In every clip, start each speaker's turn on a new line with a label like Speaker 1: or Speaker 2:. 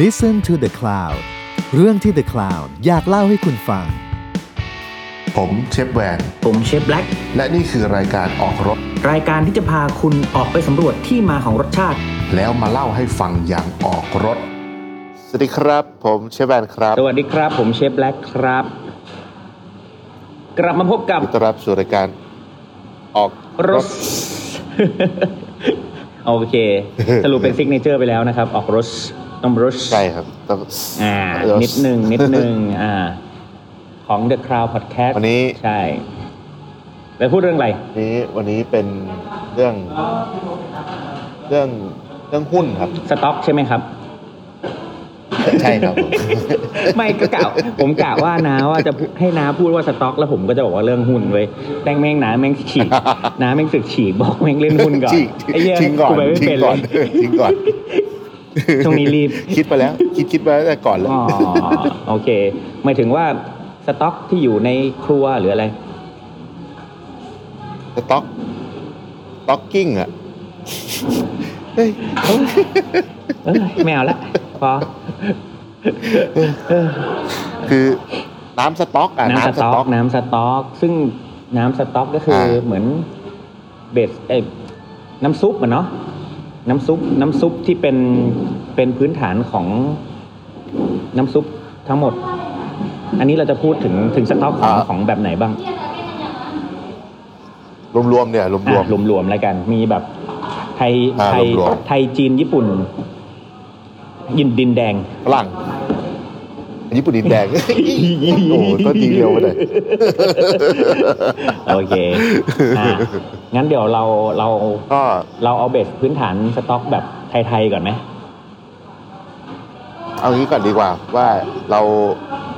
Speaker 1: Listen to the Cloud เรื่องที่ The Cloud อยากเล่าให้คุณฟัง
Speaker 2: ผมเชฟแวน
Speaker 3: ผมเชฟแบล็ก
Speaker 2: และนี่คือรายการออกรถ
Speaker 3: รายการที่จะพาคุณออกไปสำรวจที่มาของรสชาติ
Speaker 2: แล้วมาเล่าให้ฟังอย่างออกรถ สวัสดีครับ ผมเชฟแวนครับ
Speaker 3: สวัสดีครับ ผมเชฟแบล็กครับ กลับมาพบกับ
Speaker 2: ยินดีต้อนรับสู่รายการออก
Speaker 3: รส โอเค สรุปเป็นซิกเนเจอร์ไปแล้วนะครับ ออกรสต้องรส
Speaker 2: ใช่ครับต้อง
Speaker 3: อ่า
Speaker 2: รส
Speaker 3: นิด หนึ่งนิดหนึ่งอ่า ของ The Crown Podcast
Speaker 2: วันนี้
Speaker 3: ใช่ไปพูดเรื่องอะไร
Speaker 2: นี้วันนี้เป็นเรื่อง เรื่องเรื่องหุ้นครับ
Speaker 3: สต็อกใช่ไหมครับ
Speaker 2: ใช่ครับ
Speaker 3: ไม่ก็กล่าวผมกล่าวว่านาว่าจะพูให้นาพูดว่าสต็อก แล้วผมก็จะบอกว่าเรื่องหุ้นเว้ยแม่งแม่งนาแม่งฉีก นาแม่งสึกฉีกบอกแม่งเล่นหุ้นก่อน
Speaker 2: จริง
Speaker 3: ไอ้เหี้ย
Speaker 2: จริงก่อน
Speaker 3: กูไปไม่
Speaker 2: จริ
Speaker 3: เป็
Speaker 2: ง
Speaker 3: น
Speaker 2: ก่อน
Speaker 3: เลย
Speaker 2: จริงก่อน
Speaker 3: ช่วงนี้รีบ
Speaker 2: คิดไปแล้ว คิดคิดไปแล้วแต่ก่อนแล้ว
Speaker 3: อ๋อโอเคหมายถึงว่าสต็อกที่อยู่ในครัวหรืออะไร
Speaker 2: สต็อกสต็อกกิ้งอ่ะเฮ้ย
Speaker 3: เอ้ยไม่เอาละพอ
Speaker 2: คือน้ำสต๊อกอ่ะ
Speaker 3: น้ำ
Speaker 2: น้ำ
Speaker 3: ส
Speaker 2: ส
Speaker 3: ต๊
Speaker 2: ต๊
Speaker 3: อ
Speaker 2: อก ก
Speaker 3: น้ำสต๊อก ซึ่งน้ำสต๊อกก็คืออา เหมือนเบสเอยน้ำซุปอะเนาะน้ำซุปน้ำซุปที่เป็นเป็นพื้นฐานของน้ำซุปทั้งหมด อันนี้เราจะพูดถึงถึงสต๊อกของของแบบไหนบ้าง
Speaker 2: รวมๆเนี่ยรวม
Speaker 3: รวมรวมๆแล้วกัน มีแบบไทย
Speaker 2: อ่า
Speaker 3: ไทย
Speaker 2: รวมๆ
Speaker 3: ไทยจีนญี่ปุ่น ยินดินแดง
Speaker 2: ๆฝรั่งญี่ปุ่นดินแดง โอ้โหต้นทีเดียวไปเลย
Speaker 3: โอเคอ่ะงั้นเดี๋ยวเราเรา
Speaker 2: ก็
Speaker 3: เราเอาเบสพื้นฐานสต็อกแบบไทย ๆ ก่อนไหม
Speaker 2: เอางี้ก่อนดีกว่าว่าเรา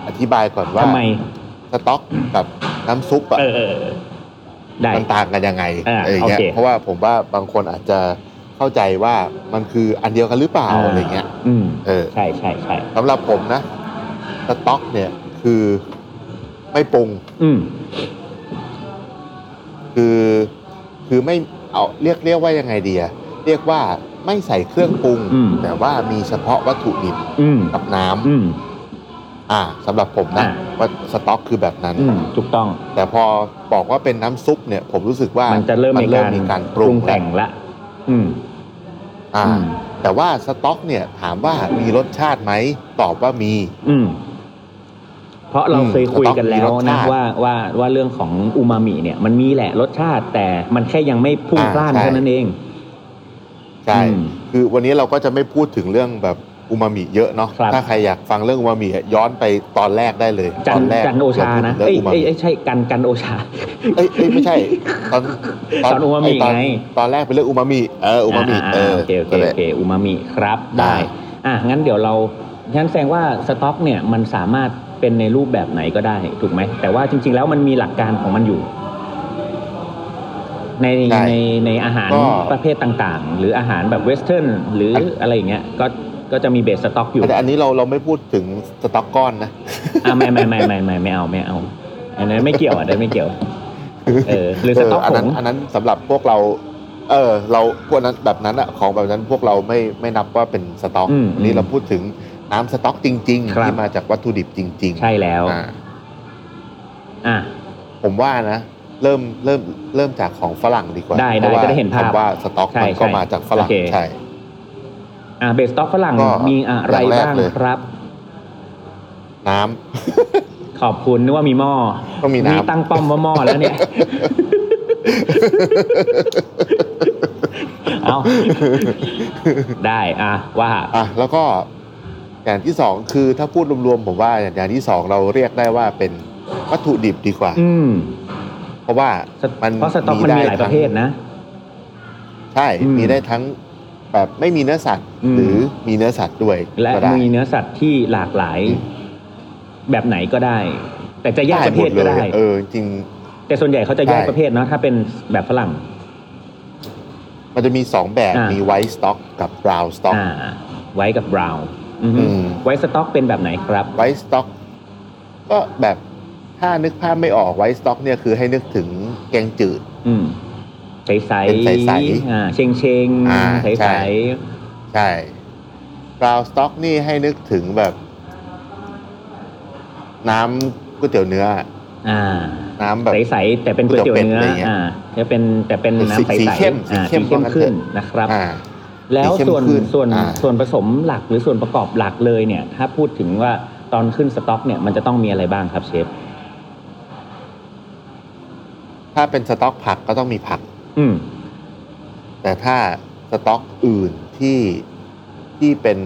Speaker 2: อธิบายก่อนว่า
Speaker 3: ทำไม
Speaker 2: สต๊อกกับน้ำซุปอ่ะ
Speaker 3: เออเออเออได้
Speaker 2: มันต่างกันยังไง
Speaker 3: อ่า
Speaker 2: อะไรอย่างเงี้ย
Speaker 3: โอเค
Speaker 2: เพราะว่าผมว่าบางคนอาจจะเข้าใจว่ามันคืออันเดียวกันหรือเปล่า
Speaker 3: อ่า
Speaker 2: อะไรเงี้ย
Speaker 3: อืม
Speaker 2: เออ
Speaker 3: ใช่ใช่ใช่
Speaker 2: สำหรับผมนะสต๊อกเนี่ยคือไม่ปรุง
Speaker 3: อืม
Speaker 2: คือคือไม่เอาเรียกเรียกว่ายังไงดีอะเรียกว่าไม่ใส่เครื่องปรุง
Speaker 3: อืม
Speaker 2: แต่ว่ามีเฉพาะวัตถุดิบ
Speaker 3: อืม
Speaker 2: กับน้ำ
Speaker 3: อืม
Speaker 2: อ่าสำหรับผมนะ
Speaker 3: อ่ะ
Speaker 2: ว่าสต็อกคือแบบนั้น
Speaker 3: อืม ถูกต้อง
Speaker 2: แต่พอบอกว่าเป็นน้ำซุปเนี่ย ผมรู้สึกว่า
Speaker 3: มั
Speaker 2: มัน
Speaker 3: จะเริ่ม
Speaker 2: ม
Speaker 3: มี
Speaker 2: เริ่
Speaker 3: กาม ร
Speaker 2: มีการปรุง
Speaker 3: แต่งละ อืม
Speaker 2: อ่า
Speaker 3: อืม
Speaker 2: แต่ว่าสต็อกเนี่ยถามว่ามีรสชาติไหมตอบว่ามี
Speaker 3: อืม เพราะเรา
Speaker 2: อืม
Speaker 3: เคยคุยกันแล้ว
Speaker 2: สต็อกมีรส
Speaker 3: นะ
Speaker 2: ชาติ
Speaker 3: ว่าว่าว่าเรื่องของอูมามิเนี่ย มันมีแหละรสชาติ แต่มันแค่ยังไม่พุ่ง
Speaker 2: อ่า
Speaker 3: พล่าน
Speaker 2: ใช่
Speaker 3: เท่านั้นเอง
Speaker 2: ใช่
Speaker 3: อืม
Speaker 2: คือวันนี้เราก็จะไม่พูดถึงเรื่องแบบอูมามิเยอะเนาะ
Speaker 3: ครับ
Speaker 2: ถ้าใครอยากฟังเรื่องอูมามิย้อนไปตอนแรกได้เลย
Speaker 3: จั
Speaker 2: ต
Speaker 3: น
Speaker 2: อนแรก
Speaker 3: จันโอชานะ
Speaker 2: เรา
Speaker 3: เอ้ย
Speaker 2: พูดถึงเรื่องอูมา
Speaker 3: เอ้
Speaker 2: มิ
Speaker 3: ยเอ้ยใช่กันกันโอชา
Speaker 2: เอ้ยเอ้ยไม่ใช่ ตอน
Speaker 3: ตอนอูมามิ
Speaker 2: ไตอน
Speaker 3: ไง
Speaker 2: ตอนแรกเป็นเรื่องอูมามิเอออูมามิเออ
Speaker 3: โอเคโอเค
Speaker 2: นั่นแห
Speaker 3: โอ
Speaker 2: ละ
Speaker 3: เคอูมามิครับ
Speaker 2: อ่า
Speaker 3: ได้ อ่ะงั้นเดี๋ยวเรางั้นแสดงว่าสต็อกเนี่ยมันสามารถเป็นในรูปแบบไหนก็ได้ถูกไหมแต่ว่าจริง ๆ แล้วมันมีหลักการของมันอยู่ ในในในอาหารประเภทต่างๆ หรืออาหารแบบเวสเทิร์นหรืออะไรอย่างเงี้ยก็ก็จะมีเบสสต็อกอยู่
Speaker 2: แต่อันนี้เราเราไม่พูดถึงสต็อกก้อนนะ
Speaker 3: อ่ะไม่ไม่ไม่ไม่ไม่ไม่เอาไม่เอาอันนั้นไม่เกี่ยวอ่ะอันนั้นไม่เกี่ยว เออหรือสต็อก
Speaker 2: เอั
Speaker 3: ผ
Speaker 2: นั้น
Speaker 3: ง
Speaker 2: อันนั้นสำหรับพวกเรา เออ เราพวกนั้นแบบนั้นอะของแบบนั้นพวกเราไม่ไม่นับว่าเป็นสต็อก
Speaker 3: อืม
Speaker 2: อันนี้เราพูดถึงน้ำสต็อกจริง
Speaker 3: ครับ
Speaker 2: ๆที่มาจากวัตถุดิบจริงๆ
Speaker 3: ใช่แล้ว
Speaker 2: อ่า
Speaker 3: อ่ะ
Speaker 2: ผมว่านะ เริ่มเริ่มเริ่มจากของฝรั่งดีกว่า
Speaker 3: ได้
Speaker 2: พราะว่า
Speaker 3: ได้จะได้เห็นภาพ
Speaker 2: คำว่าสต็อก
Speaker 3: ใช่
Speaker 2: มันก็
Speaker 3: ใช่
Speaker 2: มาจากฝรั่ง
Speaker 3: โอเค
Speaker 2: ใช่
Speaker 3: อ่ะเบสสต็อกฝรั่ง
Speaker 2: ก็
Speaker 3: มีอะไร
Speaker 2: อย่างแรก
Speaker 3: บ้าง
Speaker 2: เลย
Speaker 3: ครับ
Speaker 2: น้ำ
Speaker 3: ขอบคุณนึกว่ามีหม้อ
Speaker 2: ต้องมีน้ำ
Speaker 3: นี่ตั้งป้อมว่าหม้อแล้วเนี่ย เอาได้อ่ะว่า
Speaker 2: อ่ะแล้วก็อย่างที่สองคือถ้าพูดรวมๆผมว่าอย่างที่สองเราเรียกได้ว่าเป็นวัตถุดิบดีกว่า
Speaker 3: อืม
Speaker 2: เพราะว่ามัน
Speaker 3: เพราะสต็อกมันมีหลายประเภทนะ
Speaker 2: ใช่
Speaker 3: อืม
Speaker 2: มีได้ทั้งแบบไม่มีเนื้อสัตว์
Speaker 3: อืม
Speaker 2: หรือมีเนื้อสัตว์ด้วย
Speaker 3: และ
Speaker 2: ก็ได้
Speaker 3: มีเนื้อสัตว์ที่หลากหลาย
Speaker 2: อืม
Speaker 3: แบบไหนก็ได้ แต่จะแยกประเภทก็ได้
Speaker 2: หมเลยเออจริง
Speaker 3: แต่ส่วนใหญ่เขาจะแยก
Speaker 2: ได้
Speaker 3: ประเภทเนาะถ้าเป็นแบบฝรั่ง
Speaker 2: มันจะมีสองแบบ
Speaker 3: อ่ามี
Speaker 2: มีไวท์สต็อกกับบราวน์สต็อก
Speaker 3: อ่า ไว้กับบราวน์อือฮึ
Speaker 2: อืม
Speaker 3: ไว้สต็อกเป็นแบบไหนครับ
Speaker 2: ไวท์สต็อกก็แบบถ้านึกภาพไม่ออกไวท์สต็อกเนี่ยคือให้นึกถึงแกงจืด
Speaker 3: อืมใสใส
Speaker 2: เป็นใสๆ
Speaker 3: อ่าเชงเชง
Speaker 2: อ่า
Speaker 3: ใส
Speaker 2: ใช่
Speaker 3: ใส
Speaker 2: ใช่ กราวสต็อกนี่ให้นึกถึงแบบ น้ำก๋วยเตี๋ยวเนื้อ
Speaker 3: อ่า
Speaker 2: น้ำแบบ
Speaker 3: ใสๆแต่เป็นก๋วยเตี๋ยวเนื้อ
Speaker 2: ก๋วยเตี๋ยวเป็ดอะไรเงี้ย
Speaker 3: อ่าจะเป็นแต่เป็นน้ำใสๆ
Speaker 2: สีเข้มสี
Speaker 3: อ่า
Speaker 2: เข้
Speaker 3: สี
Speaker 2: ม
Speaker 3: เข้ม
Speaker 2: ว่างั้นเถอะ
Speaker 3: ขึ้นนะครับ
Speaker 2: อ่า
Speaker 3: แล้ว
Speaker 2: สีเข้ม
Speaker 3: ส่วน
Speaker 2: ขึ้น
Speaker 3: ส่วน
Speaker 2: อ่า
Speaker 3: ส่วนผสมหลักหรือส่วนประกอบหลักเลยเนี่ย ถ้าพูดถึงว่าตอนขึ้นสต็อกเนี่ยมันจะต้องมีอะไรบ้างครับเชฟ
Speaker 2: ถ้าเป็นสต็อกผักก็ต้องมีผัก
Speaker 3: อืม
Speaker 2: แต่ถ้าสต็อกอื่นที่ที่เป็น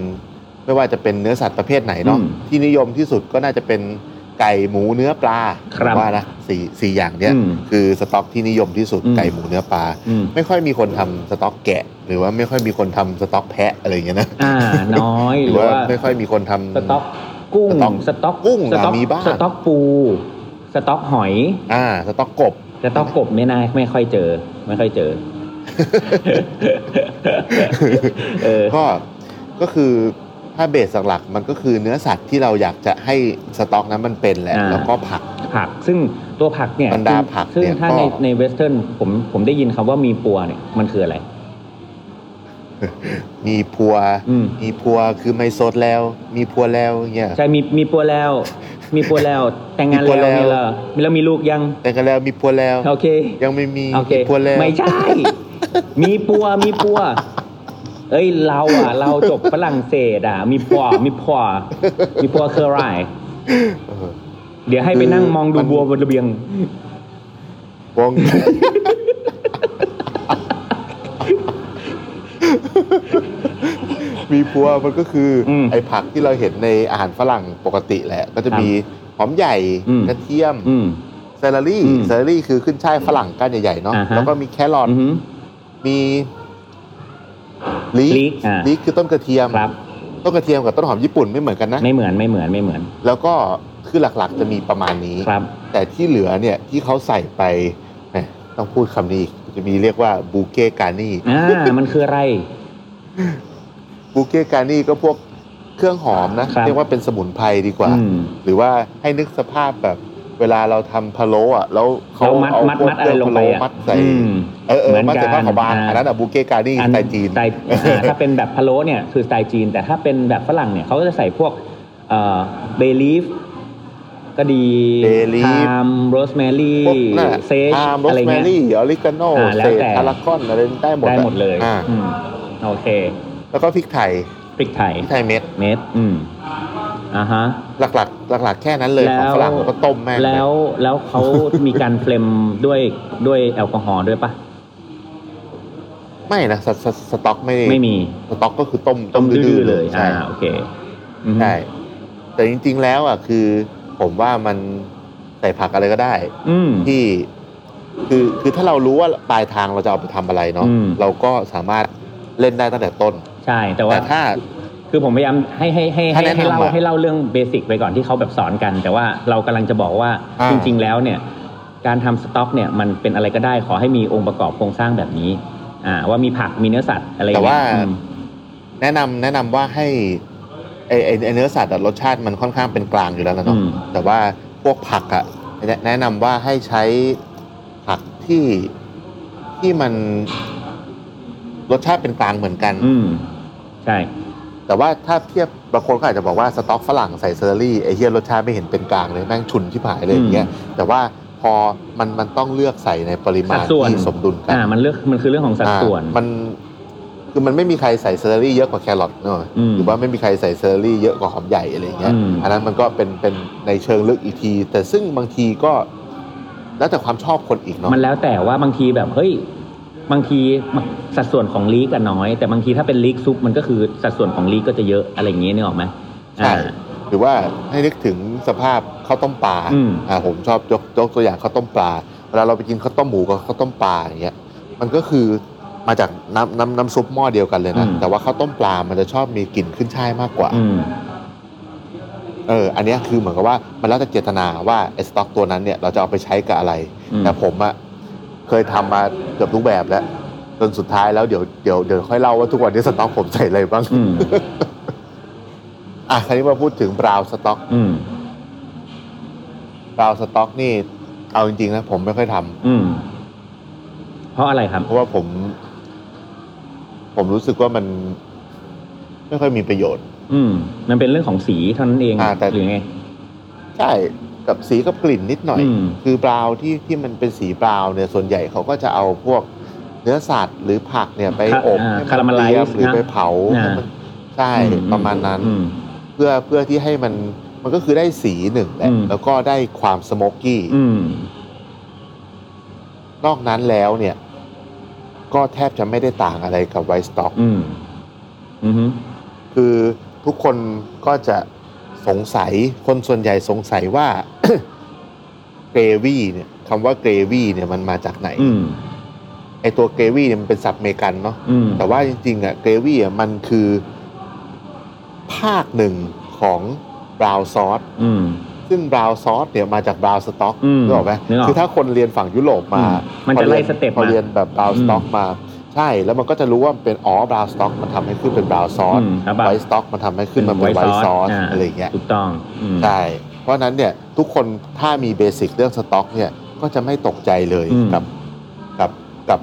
Speaker 2: ไม่ว่าจะเป็นเนื้อสัตว์ประเภทไหนเนาะ
Speaker 3: อืม
Speaker 2: ที่นิยมที่สุดก็น่าจะเป็นไก่หมูเนื้อปลา
Speaker 3: ครับ
Speaker 2: ว่านะสี่สี่อย่างเนี้ย
Speaker 3: อืม
Speaker 2: คือสต็อกที่นิยมที่สุด
Speaker 3: อืม
Speaker 2: ไก่หมูเนื้อปลา
Speaker 3: อืม
Speaker 2: ไม่ค่อยมีคนทำสต็อกแกะ หรือว่าไม่ค่อยมีคนทำสต็อกแพะอะไรอย่างเงี้ยนะ
Speaker 3: อ่า น้อย
Speaker 2: ห
Speaker 3: ห
Speaker 2: รื
Speaker 3: รือ อ
Speaker 2: ว่า
Speaker 3: ว่า
Speaker 2: ไม่ค่อยมีคนทำ
Speaker 3: สต็อกกุ้ง
Speaker 2: สต๊อก
Speaker 3: สต็อก
Speaker 2: กุ้ง
Speaker 3: สต็อก
Speaker 2: อ่ะมีบ้าง
Speaker 3: สต็อกปูสต็อกหอย
Speaker 2: อ่าสต็อกกบ
Speaker 3: สต็อกกบไม่น่าไม่ค่อยเจอ ไม่ค่อย เจอ เออ
Speaker 2: ก็ก็คือถ้าเบสหลักๆมันก็คือเนื้อสัตว์ที่เราอยากจะให้สต็อกนั้นมันเป็นแหละ
Speaker 3: อ่า
Speaker 2: แล้วก็ผัก
Speaker 3: ผักซึ่งตัวผักเนี่ย
Speaker 2: บรรดา
Speaker 3: ซึ่ง
Speaker 2: ผัก
Speaker 3: ซึ่ง
Speaker 2: เนี่ย
Speaker 3: ถ้า
Speaker 2: ก็
Speaker 3: ในในเวสเทิร์นผมผมได้ยินคำว่ามีปัวเนี่ยมันคืออะไร
Speaker 2: มีพัว
Speaker 3: อืม
Speaker 2: มีพัวคือไมโซดแล้ว มีพัวแล้วอย่างเงี้ย
Speaker 3: ใช่มีมีปัวแล้ว มีปัวแล้ว แต่งงาน
Speaker 2: มีปัว
Speaker 3: แล้ว
Speaker 2: แล้ว
Speaker 3: มีแล้วมีแล้วมีลูกยัง
Speaker 2: แต่กันแล้วมีพัวแล้ว
Speaker 3: โอเค
Speaker 2: ยังไม่มี
Speaker 3: โอเค
Speaker 2: มีพัวแล้ว
Speaker 3: ไม่ใช่ มีปัวมีปัว เอ้ยเราอ่ะ เราจบฝรั่งเศสอ่ะ มีปัวมีปัวมีปัวคืออะไร
Speaker 2: เออ
Speaker 3: เดี๋ยวให้ไปนั่งมองดู
Speaker 2: มัน
Speaker 3: บัวบนระเบียง
Speaker 2: วง มีพัวมันก็คืออ
Speaker 3: ม
Speaker 2: ไอ้ผักที่เราเห็นในอาหารฝรั่งปกติแหละ ก็จะ
Speaker 3: ครับ
Speaker 2: มีหอมใหญ่
Speaker 3: อืม
Speaker 2: กระเทียม
Speaker 3: อืม
Speaker 2: เซลลารี่
Speaker 3: อืม
Speaker 2: เซลลารี่คือขึ้นช่ายฝรั่งก้านใหญ่ๆเนาะ
Speaker 3: อ่าฮะ
Speaker 2: แล้วก็มีแครอท
Speaker 3: อือหือ
Speaker 2: มีลี
Speaker 3: ลีกอ่า
Speaker 2: ลีกคือต้นกระเทียม
Speaker 3: ครับ
Speaker 2: ต้นกระเทียมกับต้นหอมญี่ปุ่นไม่เหมือนกันนะ
Speaker 3: ไม่เหมือนไม่เหมือนไม่เหมือน
Speaker 2: แล้วก็คือหลักๆจะมีประมาณนี้
Speaker 3: ครับ
Speaker 2: แต่ที่เหลือเนี่ยที่เขาใส่ไปแหมต้องพูดคำนี้อีกจะมีเรียกว่าบูเกกานี่
Speaker 3: อ่า มันคืออะไร
Speaker 2: บูเกกานี่ก็พวกเครื่องหอมนะ
Speaker 3: ครับ
Speaker 2: เรียกว่าเป็นสมุนไพรดีกว่า
Speaker 3: อืม
Speaker 2: หรือว่าให้นึกสภาพแบบ เวลาเราทำพะโล้อะแล้วเขา
Speaker 3: เขามัด
Speaker 2: เอา
Speaker 3: มัดมัด
Speaker 2: พวกเค
Speaker 3: อะ
Speaker 2: รื่
Speaker 3: ไร
Speaker 2: อง
Speaker 3: ลงไปอ่ะ
Speaker 2: พะโล้มัดใส่
Speaker 3: อืม
Speaker 2: เออเออมัดใส่ผ้าขาวบาง
Speaker 3: ะ
Speaker 2: อันนั้นอะบูเกกานี่
Speaker 3: อั
Speaker 2: สไตล์จีน
Speaker 3: สไตล์อ่ าถ้าเป็นแบบพะโล้เนี่ยคือสไตล์จีน แต่ถ้าเป็นแบบฝรั่งเนี่ยเขาก็จะใส่พวกเอ่อเบลีฟก็ดี
Speaker 2: bay leaf
Speaker 3: ทามโรสแมรี่
Speaker 2: พวกนั่นแหละ
Speaker 3: เซจ
Speaker 2: ทามโร
Speaker 3: อะไร
Speaker 2: สแม
Speaker 3: เงี้ย
Speaker 2: รี่ออริกาโน
Speaker 3: อ่าแล้
Speaker 2: เศ
Speaker 3: ว
Speaker 2: ษ
Speaker 3: แต่
Speaker 2: พารากอนอะไรได้หมด
Speaker 3: ได้
Speaker 2: อะ
Speaker 3: หมดเลย
Speaker 2: อ่า
Speaker 3: อืมโอเค
Speaker 2: แล้วก็พริกไทย
Speaker 3: พริกไทย
Speaker 2: พริกไทยเม็ด
Speaker 3: เม็ดอืมอ่าฮะ
Speaker 2: หลักๆ หลัก ๆ แค่นั้นเลยของฝรั่งแล้วก็ต้มแม่งเลย
Speaker 3: แล้วแล้วเขามีการเฟลมด้วยด้วยแอลกอฮอล์ด้วยปะ
Speaker 2: ไม่นะสสสต็อกไม่
Speaker 3: ไม่มี
Speaker 2: สต็อกก็คือต้ม
Speaker 3: ต้มดื้อๆเลย
Speaker 2: ใช่
Speaker 3: อ่าโอเคอืม
Speaker 2: ใช่แต่จริง ๆ แล้วอ่ะคือ ผมว่ามันใส่ผักอะไรก็ได้
Speaker 3: อืม
Speaker 2: ที่ คือคือถ้าเรารู้ว่าปลายทางเราจะเอาไปทำอะไรเนาะ
Speaker 3: อืม
Speaker 2: เราก็สามารถเล่นได้ตั้งแต่ต้น
Speaker 3: ใช่แต่ว่า
Speaker 2: แต่ถ้า
Speaker 3: คือผมพยายามให้ให้ให้
Speaker 2: ถ้า
Speaker 3: ให้
Speaker 2: แนะนำ
Speaker 3: ให้เล่า
Speaker 2: อะ
Speaker 3: ให้เล่าเรื่องเบสิกไปก่อนที่เขาแบบสอนกัน แต่ว่าเรากำลังจะบอกว่า
Speaker 2: อ่า
Speaker 3: จริง ๆ แล้วเนี่ย การทำสต็อกเนี่ยมันเป็นอะไรก็ได้ขอให้มีองค์ประกอบโครงสร้างแบบนี้ อ่า ว่ามีผักมีเนื้อสัตว์อะไรอ
Speaker 2: แต่
Speaker 3: ย่างเงี้
Speaker 2: ว่าย
Speaker 3: อืม
Speaker 2: แนะนำแนะนำว่าให้ไอไอ้ไอเนื้อสัตว์อะรสชาติมันค่อนข้างเป็นกลางอยู่แล้ว
Speaker 3: อื
Speaker 2: นะเนาะ
Speaker 3: ม
Speaker 2: แต่ว่าพวกผักอะแนะแนะนำว่าให้ใช้ผักที่ที่มันรสชาติเป็นกลางเหมือนกัน
Speaker 3: อืม ใช่
Speaker 2: แต่ว่าถ้าเทียบบางคนก็อาจจะบอกว่าสต๊อกฝรั่งใส่เซอร์รี่ไอเฮียรสชาติไม่เห็นเป็นกลางเลยแม่งฉุนที่ผายเลยอย่างเงี้ยแต่ว่าพอมันมันต้องเลือกใส่ในปริมา
Speaker 3: สั
Speaker 2: ณ
Speaker 3: ดส่วน
Speaker 2: ที่สมดุลกั
Speaker 3: อ่า มันเลือกมันคือเรื่องของสัดส่วน
Speaker 2: อ่ามันคือมันไม่มีใครใส่เซอร์รี่เยอะกว่าแครอทเนอะ
Speaker 3: อืม
Speaker 2: หรือว่าไม่มีใครใส่เซอร์รี่เยอะกว่าหอมใหญ่อะไรอย่างเงี้ย
Speaker 3: อืม
Speaker 2: อันนั้นมันก็เป็นเป็นในเชิงลึกอีกที แต่ซึ่งบางทีก็แล้วแต่ความชอบคนอีกเนาะ
Speaker 3: มันแล้วแต่ว่าบางทีแบบเฮ้ยบางทีสัดส่วนของลีกก็น้อย แต่บางทีถ้าเป็นลีกซุปมันก็คือสัดส่วนของลีกก็จะเยอะอะไรอย่างเงี้ยนึกออกไหม
Speaker 2: ใช่
Speaker 3: อ่า
Speaker 2: หรือว่าให้นึกถึงสภาพข้าวต้มปลา
Speaker 3: อืม
Speaker 2: อ่าผมชอบยกยกตัวอย่างข้าวต้มปลาเวลาเราไปกินข้าวต้มหมูกับข้าวต้มปลาอย่างเงี้ยมันก็คือมาจากน้ำน้ำน้ำซุปหม้อเดียวกันเลยนะ
Speaker 3: อืม
Speaker 2: แต่ว่าข้าวต้มปลามันจะชอบมีกลิ่นขึ้นช่ายมากกว่า
Speaker 3: อืม
Speaker 2: เออ อันเนี้ยคือเหมือนกับว่ามันแล้วแต่เจตนาว่าไอ้สต็อกตัวนั้นเนี่ยเราจะเอาไปใช้กับอะไร
Speaker 3: อืม
Speaker 2: แต่ผมอะเคยทำมาเกือบทุกแบบแล้ว จนสุดท้ายแล้วเดี๋ยวเดี๋ยวเดี๋ยวค่อยเล่าว่าทุกวันนี้สต็อกผมใส่อะไรบ้าง
Speaker 3: อืม
Speaker 2: อ่ะคราวนี้มาพูดถึงบราวสต็อก
Speaker 3: อืม
Speaker 2: บราวสต็อกนี่เอาจริงๆนะผมไม่ค่อยทำ
Speaker 3: อืม เพราะอะไรครับ
Speaker 2: เพราะว่าผม ผมรู้สึกว่ามัน ไม่ค่อยมีประโยชน์
Speaker 3: อืม มันเป็นเรื่องของสีเท่านั้นเอง
Speaker 2: อ่าแต่
Speaker 3: หรือไง
Speaker 2: ใช่กับสีกับกลิ่นนิดหน่อย
Speaker 3: อืม
Speaker 2: คือบราวน์ที่ที่มันเป็นสีบราวน์เนี่ยส่วนใหญ่เขาก็จะเอาพวกเนื้อสัตว์หรือผักเนี่ยไป
Speaker 3: ค่ะ
Speaker 2: อบ
Speaker 3: อ่า
Speaker 2: ให้น
Speaker 3: caramelize
Speaker 2: เรียบหรือ
Speaker 3: นะ
Speaker 2: ไปเผา
Speaker 3: อ่า
Speaker 2: ให้มันใช่
Speaker 3: อื
Speaker 2: ประมาณนั้น
Speaker 3: อืม
Speaker 2: เพื่อเพื่อที่ให้มันมันก็คือได้สีหนึ่งแหละ
Speaker 3: อืม
Speaker 2: แล้วก็ได้ความสโมกกี้
Speaker 3: อืม
Speaker 2: นอกนั้นแล้วเนี่ย ก็แทบจะไม่ได้ต่างอะไรกับไวสต็อก
Speaker 3: อืม อืม
Speaker 2: คือทุกคนก็จะสงสัยคนส่วนใหญ่สงสัยว่า เกรวี่เนี่ยคำว่าเกรวี่เนี่ยมันมาจากไหน
Speaker 3: อืม
Speaker 2: ไอตัวเกรวี่เนี่ยมันเป็นศัพท์อเมริกันเนาะ
Speaker 3: อืม
Speaker 2: แต่ว่าจริงๆอ่ะเกรวี่อ่ะมันคือ ภาคหนึ่งของบราวซอส
Speaker 3: อืม
Speaker 2: ซึ่งบราวซอสเนี่ยมาจากบราวสต็อก
Speaker 3: อืม
Speaker 2: รู้ไหม
Speaker 3: นึกออก
Speaker 2: คือถ้าคนเรียนฝั่งยุโรปมา
Speaker 3: อืมมันจะไล่สเต็ป
Speaker 2: พอเรียน
Speaker 3: มา
Speaker 2: แบบบราวสต็อก
Speaker 3: อืม
Speaker 2: มา ใช่ แล้วมันก็จะรู้ว่ามันเป็นอ๋อบราวสต็อกมันทำให้ขึ้นเป็นบราวซอส
Speaker 3: มครับ
Speaker 2: ไวท์สต็อกมันทำให้ขึ้นมาเป็นไวท์ซอสอะไรอย่างเงี้ย
Speaker 3: ถูกต้องอืม
Speaker 2: ใช่เพราะฉะนั้นเนี่ยทุกคนถ้ามีเบสิกเรื่องสต็อกเนี่ยก็จะไม่ตกใจเลย
Speaker 3: อืม
Speaker 2: กับกับกับ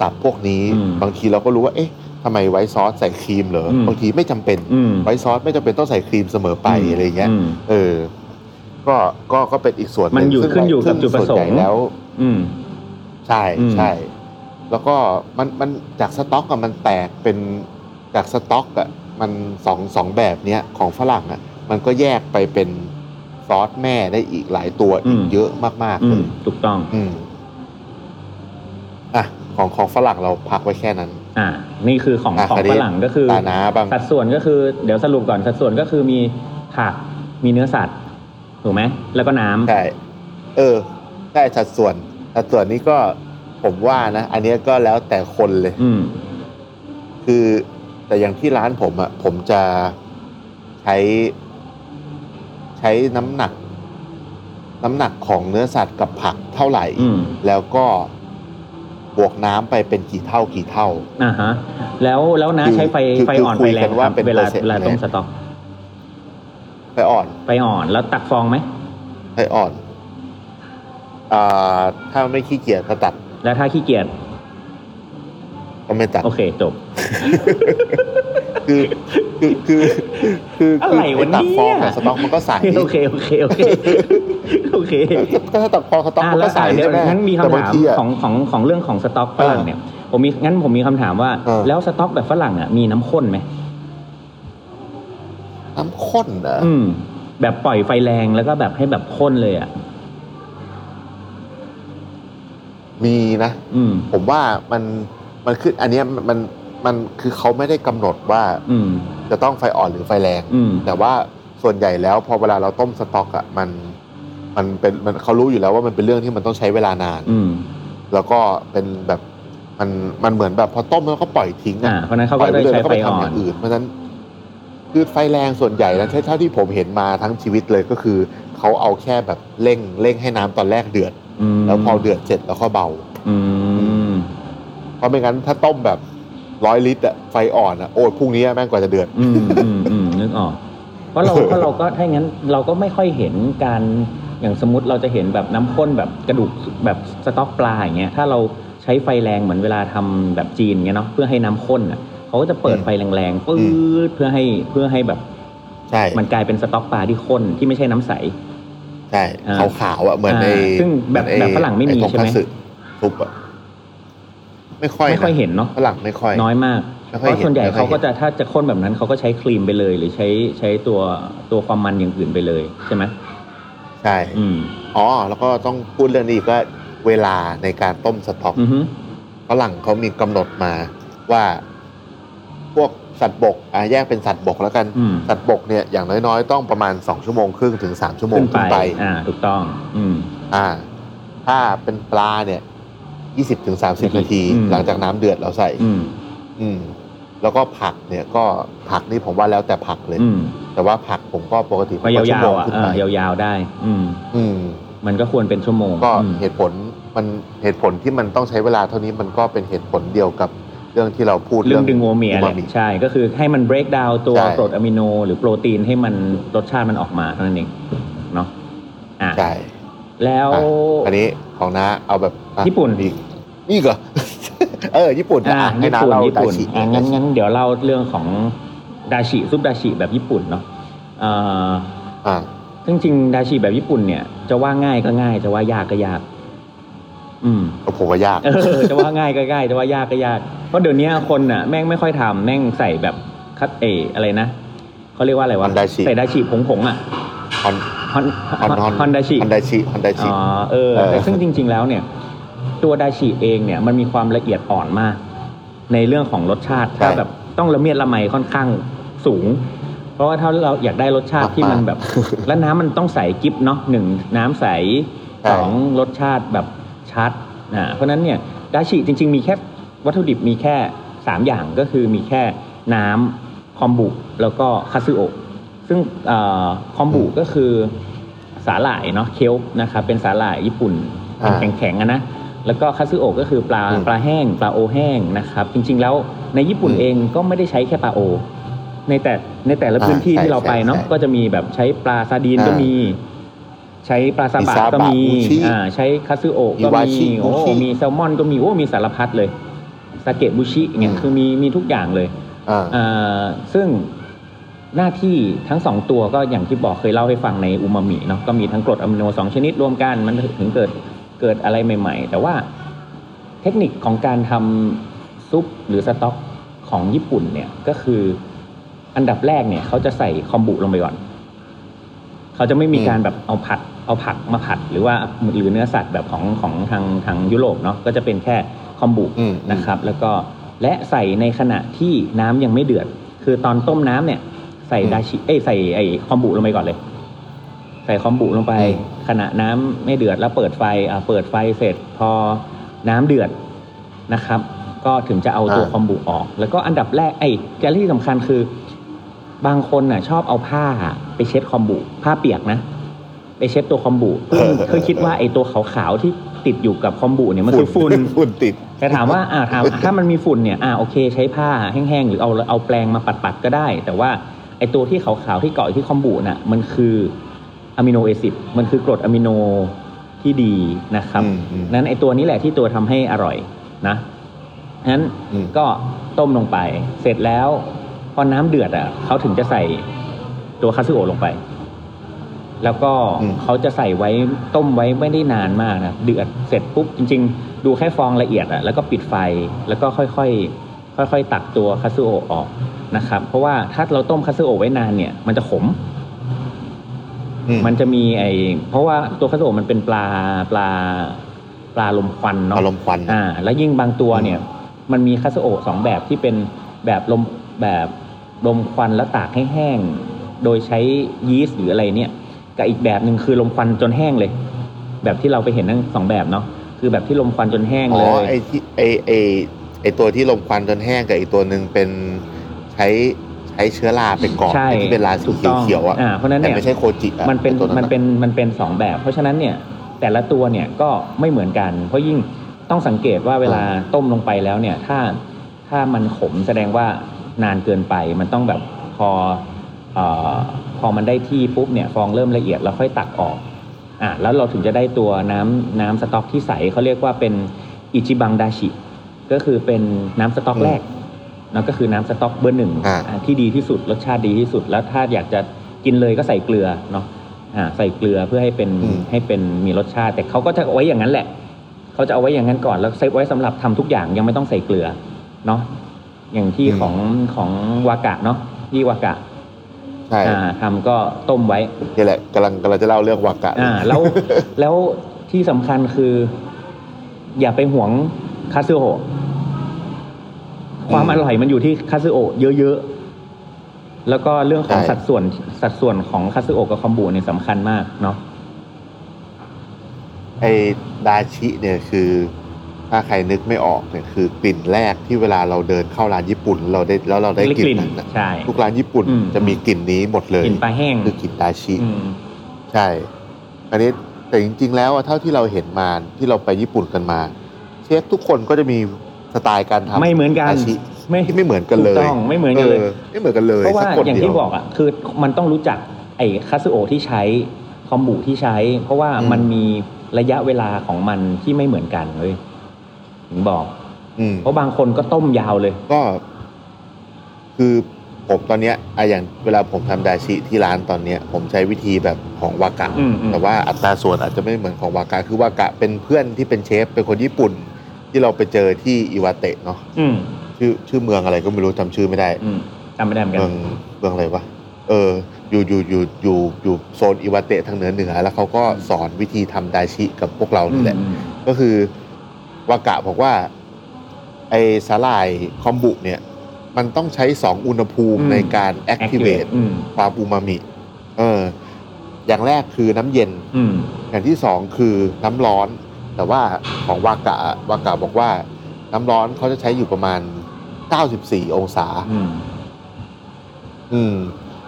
Speaker 2: สับพวกนี้
Speaker 3: อืม
Speaker 2: บางทีเราก็รู้ว่าเอ๊ะทำไมไวท์ซอสใส่ครีมเหรออ
Speaker 3: ม
Speaker 2: บางทีไม่จำเป็น
Speaker 3: อืม
Speaker 2: ไวท์ซอสไม่จำเป็นต้องใส่ครีมเสมอไปอะไรอย่างเงี้ย
Speaker 3: อืม
Speaker 2: เออก็ก็ก็เป็นอีกส่วนห
Speaker 3: มันอยู่
Speaker 2: ซึ่ง
Speaker 3: ขึ้นอยู่กับ
Speaker 2: ซึ่
Speaker 3: จุดประสงค์
Speaker 2: ส่วนใหญ่แล้ว
Speaker 3: อืม
Speaker 2: ใช่
Speaker 3: อืม
Speaker 2: ใช่ แล้วก็มันมันจากสต็อกอะมันแตกเป็นจากสต็อกอะมันสองสองแบบเนี้ยของฝรั่งอะมันก็แยกไปเป็นซอสแม่ได้อีกหลายตัว
Speaker 3: อื
Speaker 2: อี
Speaker 3: ม
Speaker 2: กเยอะมากๆ
Speaker 3: อื
Speaker 2: เล
Speaker 3: ม
Speaker 2: ย
Speaker 3: ถูกต้อง
Speaker 2: อืมอ่ะของของฝรั่งเราพักไว้แค่นั้น
Speaker 3: อ่า นี่คือของ
Speaker 2: อ่ะ
Speaker 3: ของ
Speaker 2: คราวนี้
Speaker 3: ฝรั่งก็คือ
Speaker 2: ตาหนาบาง
Speaker 3: สัดส่วนก็คือเดี๋ยวสรุปก่อนสัดส่วนก็คือมีผักมีเนื้อสัตว์ถูกไหมแล้วก็น้ำ
Speaker 2: ใช่ เออใช่สัดส่วนสัดส่วนนี้ก็ผมว่านะ อันเนี้ยก็แล้วแต่คนเลย
Speaker 3: อืม
Speaker 2: คือแต่อย่างที่ร้านผมอะผมจะใช้ใช้น้ำหนัก น้ำหนักของเนื้อสัตว์กับผักเท่าไหร่
Speaker 3: อืม
Speaker 2: แล้วก็บวกน้ำไปเป็นกี่เท่ากี่เท่า
Speaker 3: อ่าฮะ แล้วแล้วนะ
Speaker 2: คือ
Speaker 3: ใช้ไฟ
Speaker 2: คือ
Speaker 3: ไฟอ่อน
Speaker 2: คือคุ
Speaker 3: ไฟ
Speaker 2: ย
Speaker 3: แร
Speaker 2: กั
Speaker 3: ง
Speaker 2: นว่า
Speaker 3: ครับ
Speaker 2: เป็น
Speaker 3: เวลา
Speaker 2: percent
Speaker 3: เวลาต้ม
Speaker 2: ไหน
Speaker 3: สต๊อก
Speaker 2: ไฟอ่อน
Speaker 3: ไฟอ่อนแล้วตักฟองไหม
Speaker 2: ไฟอ่อนอ่าถ้าไม่ขี้เกียจก็ตัด
Speaker 3: แล้วถ้าขี้เกียจ
Speaker 2: ก็ไม่ตัด
Speaker 3: โอเคจบ
Speaker 2: คือคือคือคือคื
Speaker 3: ะไรวะ
Speaker 2: ไตัด
Speaker 3: เนี่ย
Speaker 2: ฟองกับสต๊อกมันก็ใส
Speaker 3: โอเคโอเคโอเค โอเค
Speaker 2: ก็ถ้าตัดฟองสต๊อก
Speaker 3: อ่ะ
Speaker 2: มัน
Speaker 3: แล้
Speaker 2: ก็
Speaker 3: ว
Speaker 2: ใส
Speaker 3: อ่ะเดี๋ยว
Speaker 2: ใช่ไหม
Speaker 3: งั้นมี
Speaker 2: แต่
Speaker 3: คำ
Speaker 2: บาง
Speaker 3: ถาม
Speaker 2: ทีอะ
Speaker 3: ของของของเรื่องของสต๊อกฝรั่งเนี่ย ผมมีงั้นผมมีคำถามว่า
Speaker 2: เออ
Speaker 3: แล้วสต๊อกแบบฝรั่งอ่ะมีน้ำข้นไหม
Speaker 2: น้ำข้นเหรอ
Speaker 3: อืม แบบปล่อยไฟแรงแล้วก็แบบให้แบบข้นเลยอ่ะ
Speaker 2: มีนะ
Speaker 3: อืม
Speaker 2: ผมว่ามันมันขึ้นอันเนี้ยมันมันมันคือเขาไม่ได้กำหนดว่า
Speaker 3: อืม
Speaker 2: จะต้องไฟอ่อนหรือไฟแรง
Speaker 3: อืม
Speaker 2: แต่ว่าส่วนใหญ่แล้วพอเวลาเราต้มสต๊อกอะ่ะมันมันเป็นมันเขารู้อยู่แล้วว่ามันเป็นเรื่องที่มันต้องใช้เวลานาน
Speaker 3: อืม
Speaker 2: แล้วก็เป็นแบบมันมันเหมือนแบบพอต้มแล้วก็ปล่อยทิ้ง
Speaker 3: อ่า
Speaker 2: อะ่ะ
Speaker 3: เพราะฉะนั้นเขา
Speaker 2: ปล่
Speaker 3: ก็
Speaker 2: อ
Speaker 3: ได้
Speaker 2: ยเรื่อยๆ
Speaker 3: ใช้
Speaker 2: แล้วก็
Speaker 3: ไฟ
Speaker 2: ไป
Speaker 3: อ่อ
Speaker 2: ทำอน ย่างอื่นเพราะฉะนั้นคือไฟแรงส่วนใหญ่นะเท่าที่ผมเห็นมาทั้งชีวิตเลยก็คือเขาเอาแค่แบบเร่งเร่งให้น้ำตอนแรกเดือด
Speaker 3: ม
Speaker 2: แล้วพอเดือดเสร็จแล้วก็เบา
Speaker 3: อืม
Speaker 2: เพราะไม่งั้นถ้าต้มแบบร้อยลิตรอะไฟอ่อนอะโอ้ยพรุ่งนี้แม่งกว่าจะเดือด
Speaker 3: อืมอืมอืมนึกออก เพราะเราเพราะเราก็ถ้างั้นเราก็ไม่ค่อยเห็นการอย่างสมมติเราจะเห็นแบบน้ำข้นแบบกระดูกแบบสต๊อกปลาอย่างเงี้ยถ้าเราใช้ไฟแรงเหมือนเวลาทำแบบจีนเงี้ยเนาะเพื่อให้น้ำข้นอ่ะเขาก็จะเปิด
Speaker 2: อืม
Speaker 3: ไฟแรงๆปื๊
Speaker 2: อื
Speaker 3: ดเพื่อให้เพื่อให้แบบ
Speaker 2: ใช่
Speaker 3: มันกลายเป็นสต๊อกปลาที่ข้นที่ไม่ใช่น้ำใส
Speaker 2: ใช่
Speaker 3: อ่า
Speaker 2: ขาวขาวๆอะเหมือนใน
Speaker 3: อ่าซึ่งแบบ
Speaker 2: เหมือน
Speaker 3: แบบ
Speaker 2: อ้
Speaker 3: ฝรั่งไม่มี
Speaker 2: อ้ต
Speaker 3: ใช่ไหม
Speaker 2: คัตสึซุปอะไม่ค่อย
Speaker 3: ไม่ค่อย
Speaker 2: นะ
Speaker 3: เห็นเนาะ
Speaker 2: ฝรั่งไม่ค่อย
Speaker 3: น้อยมาก
Speaker 2: ไม่
Speaker 3: เพ
Speaker 2: ค่อย
Speaker 3: ราะ
Speaker 2: เห็น
Speaker 3: ส่วนใหญ่
Speaker 2: ไม่ค่อย
Speaker 3: เขา
Speaker 2: เห็น
Speaker 3: ก็จะถ้าจะข้นแบบนั้นเขาก็ใช้ครีมไปเลย หรือใช้ใช้ตัวตัวความมันอย่างอื่นไปเลยใช่ไหม
Speaker 2: ใช่
Speaker 3: อืม
Speaker 2: อ๋อแล้วก็ต้องพูดเรื่องนี้อีกว่าเวลาในการต้มสต๊อก
Speaker 3: อือฮึ
Speaker 2: ฝรั่งเขามีกำหนดมาว่า พวกสัตว์บกอ่ะแยกเป็นสัตว์บกแล้วกัน
Speaker 3: อืม
Speaker 2: สัตว์บกเนี่ยอย่างน้อยๆ ต้องประมาณ 2 ชั่วโมงครึ่งถึง 3 ชั่วโมง
Speaker 3: ขึ้น
Speaker 2: ขึ้น
Speaker 3: ไป
Speaker 2: ไป
Speaker 3: อ่า ถูกต้อง อืม
Speaker 2: อ่า ถ้าเป็นปลาเนี่ยยี่สิบถึงสามสิบนาที
Speaker 3: อืม
Speaker 2: หลังจากน้ำเดือดเราใส่
Speaker 3: อืม
Speaker 2: อืม แล้วก็ผักเนี่ยก็ผักนี่ผมว่าแล้วแต่ผักเลย
Speaker 3: อืม
Speaker 2: แต่ว่าผักผมก็ปกติ
Speaker 3: ก็ยา
Speaker 2: ชั่
Speaker 3: ว
Speaker 2: วโมง
Speaker 3: ๆ อ่ะ
Speaker 2: ขึ้น
Speaker 3: เอ
Speaker 2: ไป
Speaker 3: อยาวๆ ได้ อืม
Speaker 2: อืม
Speaker 3: มันก็ควรเป็นชั่วโมง
Speaker 2: ก็
Speaker 3: อืม
Speaker 2: เหตุผลมันเหตุผลที่มันต้องใช้เวลาเท่านี้มันก็เป็นเหตุผลเดียวกับเรื่องที่เราพูด
Speaker 3: เรื่องดึงโอเมีย
Speaker 2: อู
Speaker 3: แห
Speaker 2: มา
Speaker 3: ละ
Speaker 2: มิ
Speaker 3: ใช่ ก็คือให้มัน break down ตัว
Speaker 2: ใช่
Speaker 3: กรดอะมิโน หรือโปรตีนให้มันรสชาติมันออกมาเท่านั้นเอง เนาะ อ่า
Speaker 2: ใช่
Speaker 3: แล้ว
Speaker 2: อ่ะอันนี้ของน้าเอาแบบอ่ะ
Speaker 3: ญี่ปุ่น
Speaker 2: อีก นี่เหรอ เออ ญี่ปุ่น
Speaker 3: อ่า
Speaker 2: อ่ะให้
Speaker 3: ญี่
Speaker 2: น้า
Speaker 3: ปุ่น
Speaker 2: เรา
Speaker 3: ญี่
Speaker 2: ตา
Speaker 3: ปุ่น
Speaker 2: ชิ
Speaker 3: อ่างั้นงั้นเดี๋ยวเล่าเรื่องของ ดาชิซุปดาชิแบบญี่ปุ่นเนาะเอ่อ
Speaker 2: อ่า
Speaker 3: ซึ่งจริงดาชิแบบญี่ปุ่นเนี่ย จะว่าง่ายก็ง่าย จะว่ายากก็ยาก อืม
Speaker 2: โอ้ผมว่ายาก
Speaker 3: เออจะว่าง่ายก็ง่ายจะว่ายากก็ยากเพราะเดี๋ยวนี้คนอ่ะแม่งไม่ค่อยทำแม่งใส่แบบคัตเอออะไรนะเขาเรียกว่าอะไรวะ
Speaker 2: ฮอนดาชิ
Speaker 3: ใส่ดาชิผงผงๆอ่ะ
Speaker 2: ฮอน
Speaker 3: ฮอน
Speaker 2: ฮอนฮอน
Speaker 3: ฮอนดาชิ
Speaker 2: ฮอนดาชิฮอนดาชิ
Speaker 3: อ๋อเออ
Speaker 2: เออ
Speaker 3: แต่ซึ่งจริง ๆ แล้วเนี่ย ตัวดาชิเองเนี่ยมันมีความละเอียดอ่อนมาก ในเรื่องของรสชาติถ้าแบบต้องละเมียดละไมค่อนข้างสูง เพราะว่าถ้าเราอยากได้รสชาติที่มันแบบ และน้ำมันต้องใสกิฟเนาะหนึ่งน้ำใส
Speaker 2: ใช่
Speaker 3: สองรสชาติแบบชัดนะเพราะฉะนั้นเนี่ยดาชิจริง ๆ มีแค่วัตถุดิบมีแค่ 3 อย่างก็คือมีแค่น้ำคอมบุแล้วก็คาซึโอะซึ่งเออคอมบุก็คือสาหร่ายเนาะเคลป์นะครับเป็นสาหร่ายญี่ปุ่น
Speaker 2: อ่า
Speaker 3: แข็งๆอะนะแล้วก็คาซึโอะก็คือปลา
Speaker 2: อืม
Speaker 3: ปลาแห้ง ปลาโอแห้งนะครับ จริง ๆ แล้วในญี่ปุ่น
Speaker 2: อืม
Speaker 3: เองก็ไม่ได้ใช้แค่ปลาโอ ในแต่ในแต่ละพื้นที่
Speaker 2: อ่าใช่
Speaker 3: ที่เราไปเนาะ
Speaker 2: ใช่ใช่
Speaker 3: ก็จะมีแบบใช้ปลาซาดีน ก็
Speaker 2: อ่ามี
Speaker 3: มีใช้ปลาซาบะ
Speaker 2: มีซาบะ
Speaker 3: ก็มี
Speaker 2: อูชิ
Speaker 3: อ่าใช้คาซึโอะก็
Speaker 2: อิวา
Speaker 3: มี
Speaker 2: ชิ
Speaker 3: โอ้
Speaker 2: อูชิ
Speaker 3: มีแซลมอนก็มีโอ้มีสารพัดเลยสาเกะบุชิเงี้ย
Speaker 2: อืม
Speaker 3: คือมีมีทุกอย่างเลย
Speaker 2: อ่า
Speaker 3: อ่าซึ่งหน้าที่ทั้งสองตัวก็อย่างที่บอกเคยเล่าให้ฟังในอูมามิเนาะก็มีทั้งกรดอะมิโนสองชนิดรวมกัน มันถึงเกิดเกิดอะไรใหม่ ๆ แต่ว่าเทคนิคของการทำซุปหรือสต็อกของญี่ปุ่นเนี่ยก็คืออันดับแรกเนี่ยเขาจะใส่คอมบุลงไปก่อน เขาจะไม่มี
Speaker 2: อืม
Speaker 3: การแบบเอาผัดเอาผักมาผัดหรือว่าหรือเนื้อสัตว์แบบของของทางทางยุโรปเนาะก็จะเป็นแค่คอมบุ
Speaker 2: อืม
Speaker 3: นะครับ แล้วก็และใส่ในขณะที่น้ำยังไม่เดือด คือตอนต้มน้ำเนี่ยใส่ดาชิเอ้ยใส่ไอคอมบุลงไปก่อนเลย ใส่คอมบุลงไป
Speaker 2: อืม
Speaker 3: ขณะน้ำไม่เดือดแล้วเปิดไฟอ่าเปิดไฟเสร็จพอน้ำเดือดนะครับ ก็ถึงจะเอาตัว
Speaker 2: อ่า
Speaker 3: คอมบุออก แล้วก็อันดับแรกไอ้แกลลี่สำคัญคือ บางคนน่ะ ชอบเอาผ้าไปเช็ดคอมบุผ้าเปียกนะ ไปเช็ดตัวคอม บุเพื่อเพื่อคิดว่าไอ้ตัวขาวๆที่ติดอยู่กับคอมบุเนี่ยมันคือ ฝุ่น
Speaker 2: ฝุ่นติด
Speaker 3: แต่ถามว่าอ่าถามถ้ามันมีฝุ่นเนี่ย อ่าโอเค ใช้ผ้าแห้งๆ หรือเอาเอาแปรงมาปัดๆ ก็ได้ แต่ว่าไอตัวที่ขาวๆ ที่เกาะอยู่ที่คอมบูน่ะ มันคืออะมิโนแอซิด มันคือกรดอะมิโนที่ดีนะครับ
Speaker 2: อืมอืม
Speaker 3: นั้นไอตัวนี้แหละที่ตัวทำให้อร่อยนะนั้น
Speaker 2: อืม
Speaker 3: ก็ต้มลงไป เสร็จแล้ว พอน้ำเดือดอ่ะเขาถึงจะใส่ตัวคาซึโอะลงไป แล้วก็
Speaker 2: อืม
Speaker 3: เขาจะใส่ไว้ต้มไว้ไม่ได้นานมากนะเดือดเสร็จปุ๊บจริง ๆ ดูแค่ฟองละเอียดอ่ะแล้วก็ปิดไฟแล้วก็ค่อยๆค่อยๆตักตัวคาซึโอะออกนะครับ เพราะว่าถ้าเราต้มคาซึโอะไว้นานเนี่ย มันจะขม
Speaker 2: อืม
Speaker 3: มันจะมีไอเพราะว่าตัวคาซึโอะมันเป็นปลาปลาปลาลมควันเนาะ
Speaker 2: อารมณ์ควัน
Speaker 3: อ่าแล้วยิ่งบางตัวเนี่ย มันมีคาสโอะสองแบบที่เป็นแบบลมแบบลมควันแล้วตากให้แห้ง โดยใช้ยีสต์หรืออะไรเนี่ยกับอีกแบบหนึ่งคือลมควันจนแห้งเลย แบบที่เราไปเห็นทั้งสองแบบเนาะคือแบบที่ลมควันจนแห้ง
Speaker 2: อ๋อ
Speaker 3: เลย
Speaker 2: ไอที่ไอไอไอตัวที่ลมควันจนแห้งกับไอีกตัวหนึ่งเป็นใช้ใช้เชื้อราไปเกาะ
Speaker 3: ใช่
Speaker 2: ไอ้ที่เป็นราสี
Speaker 3: ถูกต้อง
Speaker 2: เขียวๆอ่ะ
Speaker 3: อ่าเพราะฉะนั้น
Speaker 2: แต่
Speaker 3: เนี่ย
Speaker 2: ไม่ใช่โคจิอ่ะ
Speaker 3: มันเป็น
Speaker 2: ไอ้ตัว
Speaker 3: มันเป็นมันเป็นสองแบบ เพราะฉะนั้นเนี่ยแต่ละตัวเนี่ยก็ไม่เหมือนกัน เพราะยิ่งต้องสังเกตว่าเวลาต้มลงไปแล้วเนี่ย ถ้าถ้ามันขมแสดงว่านานเกินไป มันต้องแบบพอเอ่อพอมันได้ที่ปุ๊บเนี่ยฟองเริ่มละเอียดแล้วค่อยตักออกอ่ะแล้วเราถึงจะได้ตัวน้ำน้ำสต๊อกที่ใสเขาเรียกว่าเป็นอิจิบังดาชิ ก็คือเป็นน้ำสต๊อกแรกเนาะก็คือน้ำสต๊อกเบอร์หนึ่ง
Speaker 2: อ่า
Speaker 3: อ่าที่ดีที่สุดรสชาติดีที่สุดแล้วถ้าอยากจะกินเลยก็ใส่เกลือเนาะอ่าใส่เกลือเพื่อให้เป็น
Speaker 2: อืม
Speaker 3: ให้เป็นมีรสชาติ แต่เขาก็จะเอาไว้อย่างนั้นแหละเขาจะเอาไว้อย่างนั้นก่อนแล้วเซฟไว้สำหรับทำทุกอย่างยังไม่ต้องใส่เกลือเนาะอย่างที่ของของวากะเนาะที่วากะ
Speaker 2: ใช่
Speaker 3: อ่าทำก็ต้มไว้
Speaker 2: นี่แหละกำลังกำลังจะเล่าเรื่องวากะ
Speaker 3: อ่าแล้วแล้วที่สำคัญคือ อย่าไปหวงคาซึโอะความอร่อยมันอยู่ที่คาซึโอะเยอะๆ แล้วก็เรื่องของสัดส่วนสัดส่วนของคาซึโอะกับคอมบูเนี่ยสำคัญมากเนาะ
Speaker 2: ไอดาชิเนี่ยคือถ้าใครนึกไม่ออกเนี่ยคือกลิ่นแรกที่เวลาเราเดินเข้าร้านญี่ปุ่น เราได้แล้วเราได้กลิ่นนั้นน่ะ
Speaker 3: ใช่
Speaker 2: ทุกร้านญี่ปุ่น
Speaker 3: อืม
Speaker 2: จะมีกลิ่นนี้หมดเลย
Speaker 3: กลิ่นปลาแห้ง
Speaker 2: คือกลิ่นดาชิ
Speaker 3: อืม
Speaker 2: ใช่อันนี้แต่จริง ๆ แล้วอะเท่าที่เราเห็นมาที่เราไปญี่ปุ่นกันมา เชฟทุกคนก็จะมีสไตล์การทำ
Speaker 3: ไม่เหมือนกัน
Speaker 2: อาชีพ
Speaker 3: ไม่
Speaker 2: ที่ไม่เหมือนกันเลย
Speaker 3: ถูกต้องไม่เหมือนกันเลย
Speaker 2: ไม่เหมือนกันเลย
Speaker 3: เพราะว่า
Speaker 2: สักคน
Speaker 3: อย่าง
Speaker 2: เดี
Speaker 3: ที่
Speaker 2: ว
Speaker 3: บอกอ่ะคือมันต้องรู้จักไอ้คาสโอะที่ใช้คอมบูที่ใช้ เพราะว่า
Speaker 2: อืม
Speaker 3: มันมีระยะเวลาของมันที่ไม่เหมือนกันเลยถึงบอก
Speaker 2: อืม
Speaker 3: เพราะบางคนก็ต้มยาวเลย
Speaker 2: ก็ คือ ผมตอนเนี้ยอะอย่างเวลาผมทำดาชิที่ร้านตอนเนี้ยผมใช้วิธีแบบของวากะ
Speaker 3: อืมอืม
Speaker 2: แต่ว่าอัตราส่วนอาจจะไม่เหมือนของวากะ คือวากะเป็นเพื่อนที่เป็นเชฟ เป็นคนญี่ปุ่น ที่เราไปเจอที่อิวาเตะเนาะ
Speaker 3: อืม
Speaker 2: ชื่อชื่อเมืองอะไรก็ไม่รู้จำชื่อไม่ได้
Speaker 3: อืมจำไม่ได้เหมือนกั
Speaker 2: เมือง
Speaker 3: น
Speaker 2: เมืองอะไรวะ เออ อยู่อยู่อยู่อยู่อยู่โซนอิวาเตะทางเหนือเหนือ แล้วเขาก็สอนวิธีทำดาชิกับพวกเรานี่แหละ ก็คือวากะบอกว่า ไอสาหร่ายคอมบุเนี่ย มันต้องใช้สองอุณหภูมิ
Speaker 3: อืม
Speaker 2: ในการ activate
Speaker 3: อืม
Speaker 2: ความอูมามิ เออ อย่างแรกคือน้ำเย็น
Speaker 3: อืม
Speaker 2: อย่างที่สองคือน้ำร้อน แต่ว่าของวากะวากะบอกว่า น้ำร้อนเขาจะใช้อยู่ประมาณ 94 องศา
Speaker 3: อืม
Speaker 2: อืม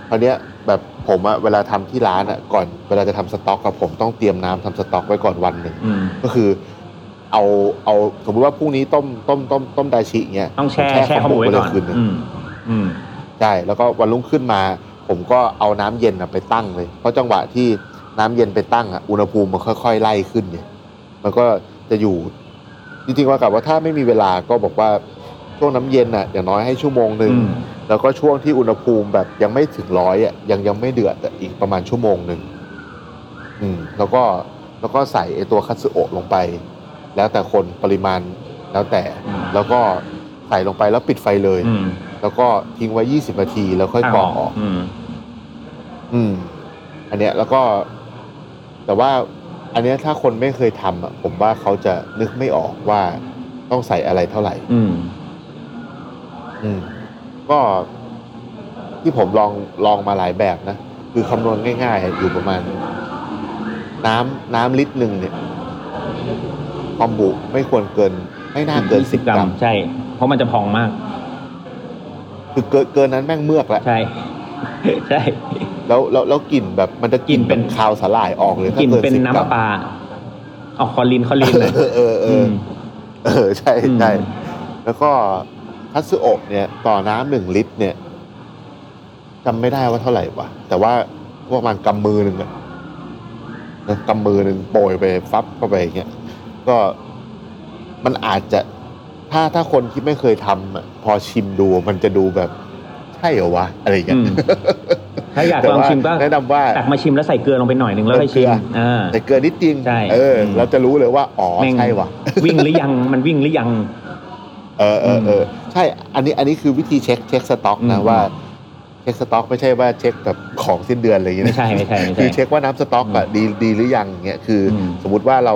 Speaker 2: คราวเนี้ยแบบผมอะเวลาทำที่ร้านอะก่อนเวลาจะทำสต็อกกับผมต้องเตรียมน้ำทำสต็อกไว้ก่อนวันหนึ่ง
Speaker 3: อืม
Speaker 2: ก็คือ เอาเอาสมมติว่าพรุ่งนี้ต้มต้มต้มต้มไดาชิเงี้ย
Speaker 3: ต้องแช่
Speaker 2: ผม
Speaker 3: แช่ข้อมูลไว้ก่อน
Speaker 2: ปเลยคืนหนึ่ง
Speaker 3: อืมอืม
Speaker 2: ใช่แล้วก็วันรุ่งขึ้นมา ผมก็เอาน้ำเย็นอะไปตั้งเลย เพราะจังหวะที่น้ำเย็นไปตั้งอะอุณหภูมิมันค่อย ๆ ไล่ขึ้นเนี่ย มันก็จะอยู่จริงๆว่ากับว่าถ้าไม่มีเวลาก็บอกว่าช่วงน้ำเย็นอะอย่างน้อยให้ชั่วโมงหนึ่ง
Speaker 3: อืม
Speaker 2: แล้วก็ช่วงที่อุณหภูมิแบบยังไม่ถึงร้อยอ่ะยังยังไม่เดือดอะอีกประมาณชั่วโมงหนึ่งอืม แล้วก็แล้วก็ใส่ไอตัวคัตสึโอะลงไป แล้วแต่คนปริมาณแล้วแต่ แล้วก็ใส่ลงไปแล้วปิดไฟเลย
Speaker 3: อืม
Speaker 2: แล้วก็ทิ้งไว้ 20 นาทีแล้วค่อยกรอกออก
Speaker 3: อืม
Speaker 2: อืม อันเนี้ยแล้วก็ แต่ว่า อันเนี้ยถ้าคนไม่เคยทำอ่ะ ผมว่าเขาจะนึกไม่ออกว่าต้องใส่อะไรเท่าไหร่
Speaker 3: อืม
Speaker 2: อืมก็ที่ผมลองลองมาหลายแบบนะ คือคำนวณง่ายๆ อยู่ประมาณ น้ำน้ำลิตรหนึ่งเนี่ย ความบุไม่ควรเกิน ไม่น่าเกินสิบกรัม
Speaker 3: ใช่ เพราะมันจะพองมาก
Speaker 2: คือเกินเกินนั้นแม่งเมือกแล้ว
Speaker 3: ใช่ ใช่
Speaker 2: แล้วแล้วแล้วกลิ่นแบบมันจะกลิ่น
Speaker 3: กลิ่นเป็
Speaker 2: เป็น นคาวสาหร่ายออกเลย
Speaker 3: กิ
Speaker 2: ถ้าน เกิน
Speaker 3: เป็น
Speaker 2: สิบ
Speaker 3: น้ำป
Speaker 2: กรั
Speaker 3: ลาม ปลาเอาคอลินคอลินเลย
Speaker 2: เออเออเออ
Speaker 3: ม
Speaker 2: เออใช่ใช่
Speaker 3: อืม
Speaker 2: แล้วก็คัตสึโอะเนี่ย ต่อน้ำหนึ่งลิตรเนี่ยจำไม่ได้ว่าเท่าไหร่วะแต่ว่าประมาณกำมือหนึ่งอะ นะกำมือหนึ่งโปรยไปฟับเข้าไปอย่างเงี้ยก็มันอาจจะถ้าถ้าคนที่ไม่เคยทำอะพอชิมดูมันจะดูแบบใช่เหรอวะ อะไรอย่างเงี้ย
Speaker 3: อืม ถ้าอยาก
Speaker 2: แต่
Speaker 3: ลอง
Speaker 2: ว่
Speaker 3: ชิมก็
Speaker 2: แนะนำว่า
Speaker 3: ตักมาชิมแล้วใส่เกลือลงไปหน่อยหนึ่งแล้วค่อยชิม
Speaker 2: ใส่เกลือ
Speaker 3: อ่า
Speaker 2: แต่เกินนิดจริง
Speaker 3: ใช่
Speaker 2: เอออ
Speaker 3: ม
Speaker 2: เราจะรู้เลยว่า อ๋อ
Speaker 3: แม่ง
Speaker 2: ใช่วะ
Speaker 3: วิ่งหรือยังมันวิ่งหรือยัง
Speaker 2: เออเออเออใช่ อันนี้อันนี้คือวิธีเช็คเช็คสต็อกนะ
Speaker 3: อืม
Speaker 2: ว่า เช็คสต็อกไม่ใช่ว่าเช็คแบบของสิ้นเดือนอะไรอย่างเงี้ย
Speaker 3: ไม่
Speaker 2: นะ
Speaker 3: ใช่ไม่ใช่ไม่
Speaker 2: คือ
Speaker 3: ใช่
Speaker 2: เช็คว่าน้ำสต๊อกอะดีดีหรือยังเงี้ยคืออ
Speaker 3: ม
Speaker 2: สมมติว่าเรา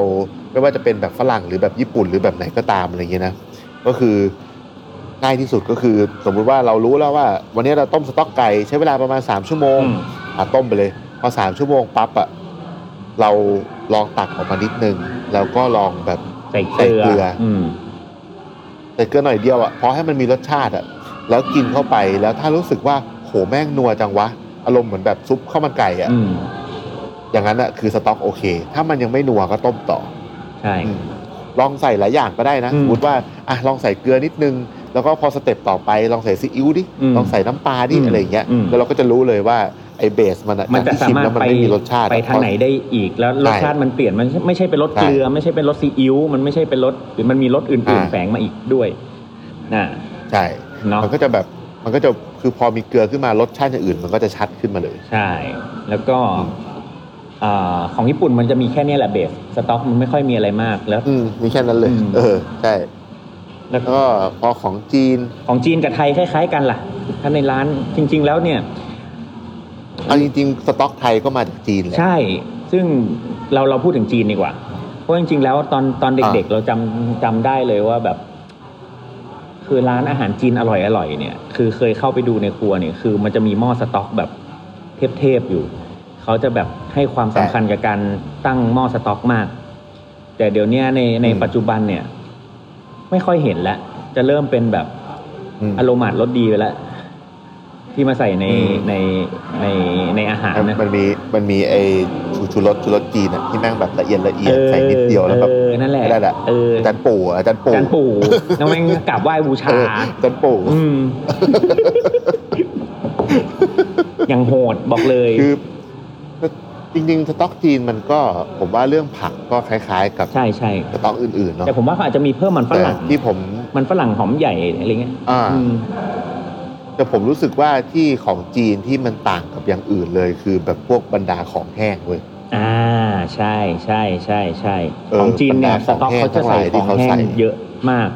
Speaker 2: ไม่ว่าจะเป็นแบบฝรั่งหรือแบบญี่ปุ่นหรือแบบไหนก็ตามอะไรเงี้ยนะก็คือง่ายที่สุดก็คือ สมมุติว่าเรารู้แล้วว่า วันนี้เราต้มสต๊อกไก่ใช้เวลาประมาณ 3 ชั่วโมง
Speaker 3: อืม
Speaker 2: อ่ะต้มไปเลย พอ 3 ชั่วโมงปั๊บอะเราลองตักออกมานิดนึง แล้วก็ลองแบบ
Speaker 3: ใส่เกลือ
Speaker 2: ใส่เกลืออื
Speaker 3: ม
Speaker 2: ใส่เกลือหน่อยเดียวอะพอให้มันมีรสชาติอะแล้วกินเข้าไปแล้วถ้ารู้สึกว่าโหแม่งนัวจังวะ อารมณ์เหมือนแบบซุปข้าวมันไก่อะ
Speaker 3: อืม
Speaker 2: อย่างนั้นอะคือสต็อกโอเค ถ้ามันยังไม่นัวก็ต้มต่อ
Speaker 3: ใช่
Speaker 2: อลองใส่หลายอย่างก็ได้นะ
Speaker 3: อืม
Speaker 2: สมมติว่าอ่ะลองใส่เกลือนิดนึง แล้วก็พอสเต็ปต่อไป ลองใส่ซีอิ๊วดิ
Speaker 3: อืม
Speaker 2: ลองใส่น้ำปลาดิ
Speaker 3: อืม
Speaker 2: อะไรอย่างเงี้ย
Speaker 3: อืม
Speaker 2: แล้วเราก็จะรู้เลยว่าไอ้เบสมันอะ
Speaker 3: มันจะ
Speaker 2: จกที่
Speaker 3: สา
Speaker 2: ชิ
Speaker 3: มารถ
Speaker 2: แล้วมัน
Speaker 3: ไป
Speaker 2: ไม่มีรสชาติ
Speaker 3: ไป
Speaker 2: อะ
Speaker 3: ทางไหนได้อีกแล้วรสชาติมันเปลี่ยนมันไม่ใช่เป็นรสเกลือ ไม่ใช่เป็นรสซีอิ๊วมันไม่ใช่เป็นรสหรือมันมีรสอื่นๆแฝงมาอีกด้วยน่ะ
Speaker 2: ใช่
Speaker 3: เนาะ
Speaker 2: มันก็จะแบบ มันก็จะ คือพอมีเกลือขึ้นมารสชาติอย่างอื่น มันก็จะชัดขึ้นมาเลย
Speaker 3: ใช่ แล้วก็
Speaker 2: อืม
Speaker 3: อ่าของญี่ปุ่นมันจะมีแค่เนี้ยแหละเบสสต็อกมันไม่ค่อยมีอะไรมากแล้ว
Speaker 2: อืมมีแค่นั้นเลย
Speaker 3: อืม
Speaker 2: เออ ใช่
Speaker 3: แล้วก็
Speaker 2: ก็พอของจีน
Speaker 3: ของจีนกับไทยคล้ายๆกันล่ะ ถ้าในร้านจริง ๆ แล้วเนี่ย
Speaker 2: เอาจริงๆ สต็อกไทยก็มาจากจีนแหละ
Speaker 3: ใช่ ซึ่งเราเราพูดถึงจีนดีกว่า เพราะจริงๆ แล้วตอนตอนเด็กๆ เราจำจำได้เลยว่าแบบ คือร้านอาหารจีนอร่อยๆ เนี่ย คือเคยเข้าไปดูในครัวเนี่ย คือมันจะมีหม้อสต๊อกแบบเทพๆ อยู่ เขาจะแบบให้ความสำคัญกับการตั้งหม้อสต๊อกมาก แต่เดี๋ยวเนี้ยในใน
Speaker 2: อืม
Speaker 3: ปัจจุบันเนี่ย ไม่ค่อยเห็นแล้ว จะเริ่มเป็นแบบ
Speaker 2: อืม
Speaker 3: อารมณ์อาจลดดีไปแล้วที่มาใส่ใน
Speaker 2: อืม
Speaker 3: ในในในอาหารนะ
Speaker 2: มันมีมันมีไอชูชูรสชูรสจีนอะที่แม่งแบบละเอียดละเอียดใส่นิดเดียวแล้วแบบ
Speaker 3: เออนั่นแหละ
Speaker 2: ไม่ได้แหละ
Speaker 3: เออ
Speaker 2: อา
Speaker 3: อา
Speaker 2: จารย์ปู่อะอาจารย์ปู่
Speaker 3: จารย์ปู่น้องแม่งกราบไหว้บูชา
Speaker 2: เอออาจารย์ปู่
Speaker 3: อืมอย่างโหดบอกเลย
Speaker 2: คือจริงๆสต๊อกจีนมันก็ผมว่าเรื่องผักก็คล้ายๆ กับ
Speaker 3: ใช่ใช่
Speaker 2: สต๊อกอื่นๆเนาะ
Speaker 3: แต่ผมว่าเขาอาจจะมีเพิ่มมันฝรั่ง
Speaker 2: ที่ผม
Speaker 3: มันฝรั่งหอมใหญ่อะไรเงี้ย
Speaker 2: อ่า
Speaker 3: อืม
Speaker 2: แต่ผมรู้สึกว่าที่ของจีนที่มันต่างกับอย่างอื่นเลย คือแบบพวกบรรดาของแห้งเว้ย
Speaker 3: อ่าใช่ใช่ใช่ใช่
Speaker 2: เออ
Speaker 3: ของจีนเนี่ย
Speaker 2: บรรดา
Speaker 3: สต็อก
Speaker 2: ของแห้ง
Speaker 3: เขาจะใส่ข
Speaker 2: ทั้
Speaker 3: องง
Speaker 2: หลายที่เขา
Speaker 3: แห้
Speaker 2: ใส่
Speaker 3: งเยอะมาก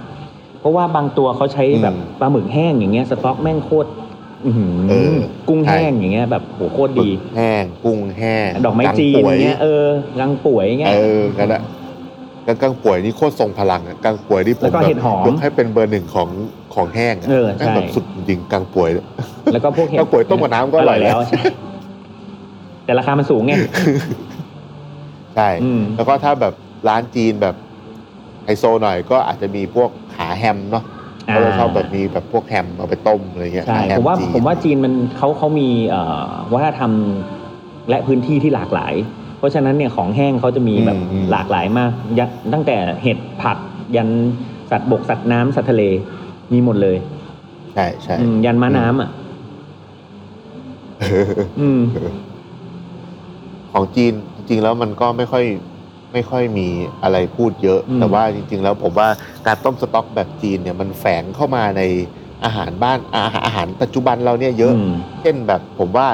Speaker 3: เพราะว่าบางตัวเขาใช้แบบ
Speaker 2: อืม
Speaker 3: ปลาหมึกแห้งอย่างเงี้ยสต็อกแม่งโคตรอื้อหือ
Speaker 2: เออ
Speaker 3: กุ้ง
Speaker 2: ใช่
Speaker 3: แห้งอย่างเงี้ยแบบโหโคตรดี
Speaker 2: แห้งกุ้งแห้ง
Speaker 3: ดอกไม้จีน
Speaker 2: กังป่วย
Speaker 3: เงี้ยเออกังป่วยเงี้ย
Speaker 2: เออกันละกังกังป่วยนี่โคตรทรงพลังอะกังป่วยนี่ผ
Speaker 3: แล้
Speaker 2: ม
Speaker 3: วก็
Speaker 2: แบบ
Speaker 3: เห็ดหอม
Speaker 2: ยกให้เป็นเบอร์หนึ่งของของแห้งะ
Speaker 3: เออใช่
Speaker 2: แม่งแบบสุดจริงๆกังป่วยเนี่ย
Speaker 3: แล้วก็พวกเห็ด
Speaker 2: กังป่วยต้มกับน้ำก็อร่อยแล้ว
Speaker 3: ใช่แต่ราคามันสู งไง
Speaker 2: ใช่
Speaker 3: อืม
Speaker 2: แล้วก็ถ้าแบบร้านจีนแบบไฮโซหน่อยก็อาจจะมีพวกขาแฮมเนาะ
Speaker 3: อ่า
Speaker 2: เขาจะชอบแบบมีแบบพวกแฮมเอาไปต้มอะไรเงี้ย
Speaker 3: ใช่
Speaker 2: ขแฮ
Speaker 3: ผมว่า
Speaker 2: จีน
Speaker 3: ผมว่าจีนมันเขาเขามีเอ่อวัฒนธรรมและพื้นที่ที่หลากหลาย เพราะฉะนั้นเนี่ยของแห้งเขาจะมีแบบ
Speaker 2: อืมอืม
Speaker 3: หลากหลายมากยัดตั้งแต่เห็ดผัก ยันสัตว์บกสัตว์น้ำสัตว์ทะเลมีหมดเลย
Speaker 2: ใช่ใช่
Speaker 3: อืมยันม้าน้ำอ่ะ
Speaker 2: เออ
Speaker 3: อืม
Speaker 2: ของจีนจริงๆแล้วมันก็ไม่ค่อยไม่ค่อยมีอะไรพูดเยอะ
Speaker 3: อืม
Speaker 2: แต่ว่าจริง ๆ แล้วผมว่าการต้มสต๊อกแบบจีนเนี่ยมันแฝงเข้ามาในอาหารบ้านอาหารอาหารปัจจุบันเราเนี่ยเยอะ
Speaker 3: ม
Speaker 2: เช่นแบบผมว่า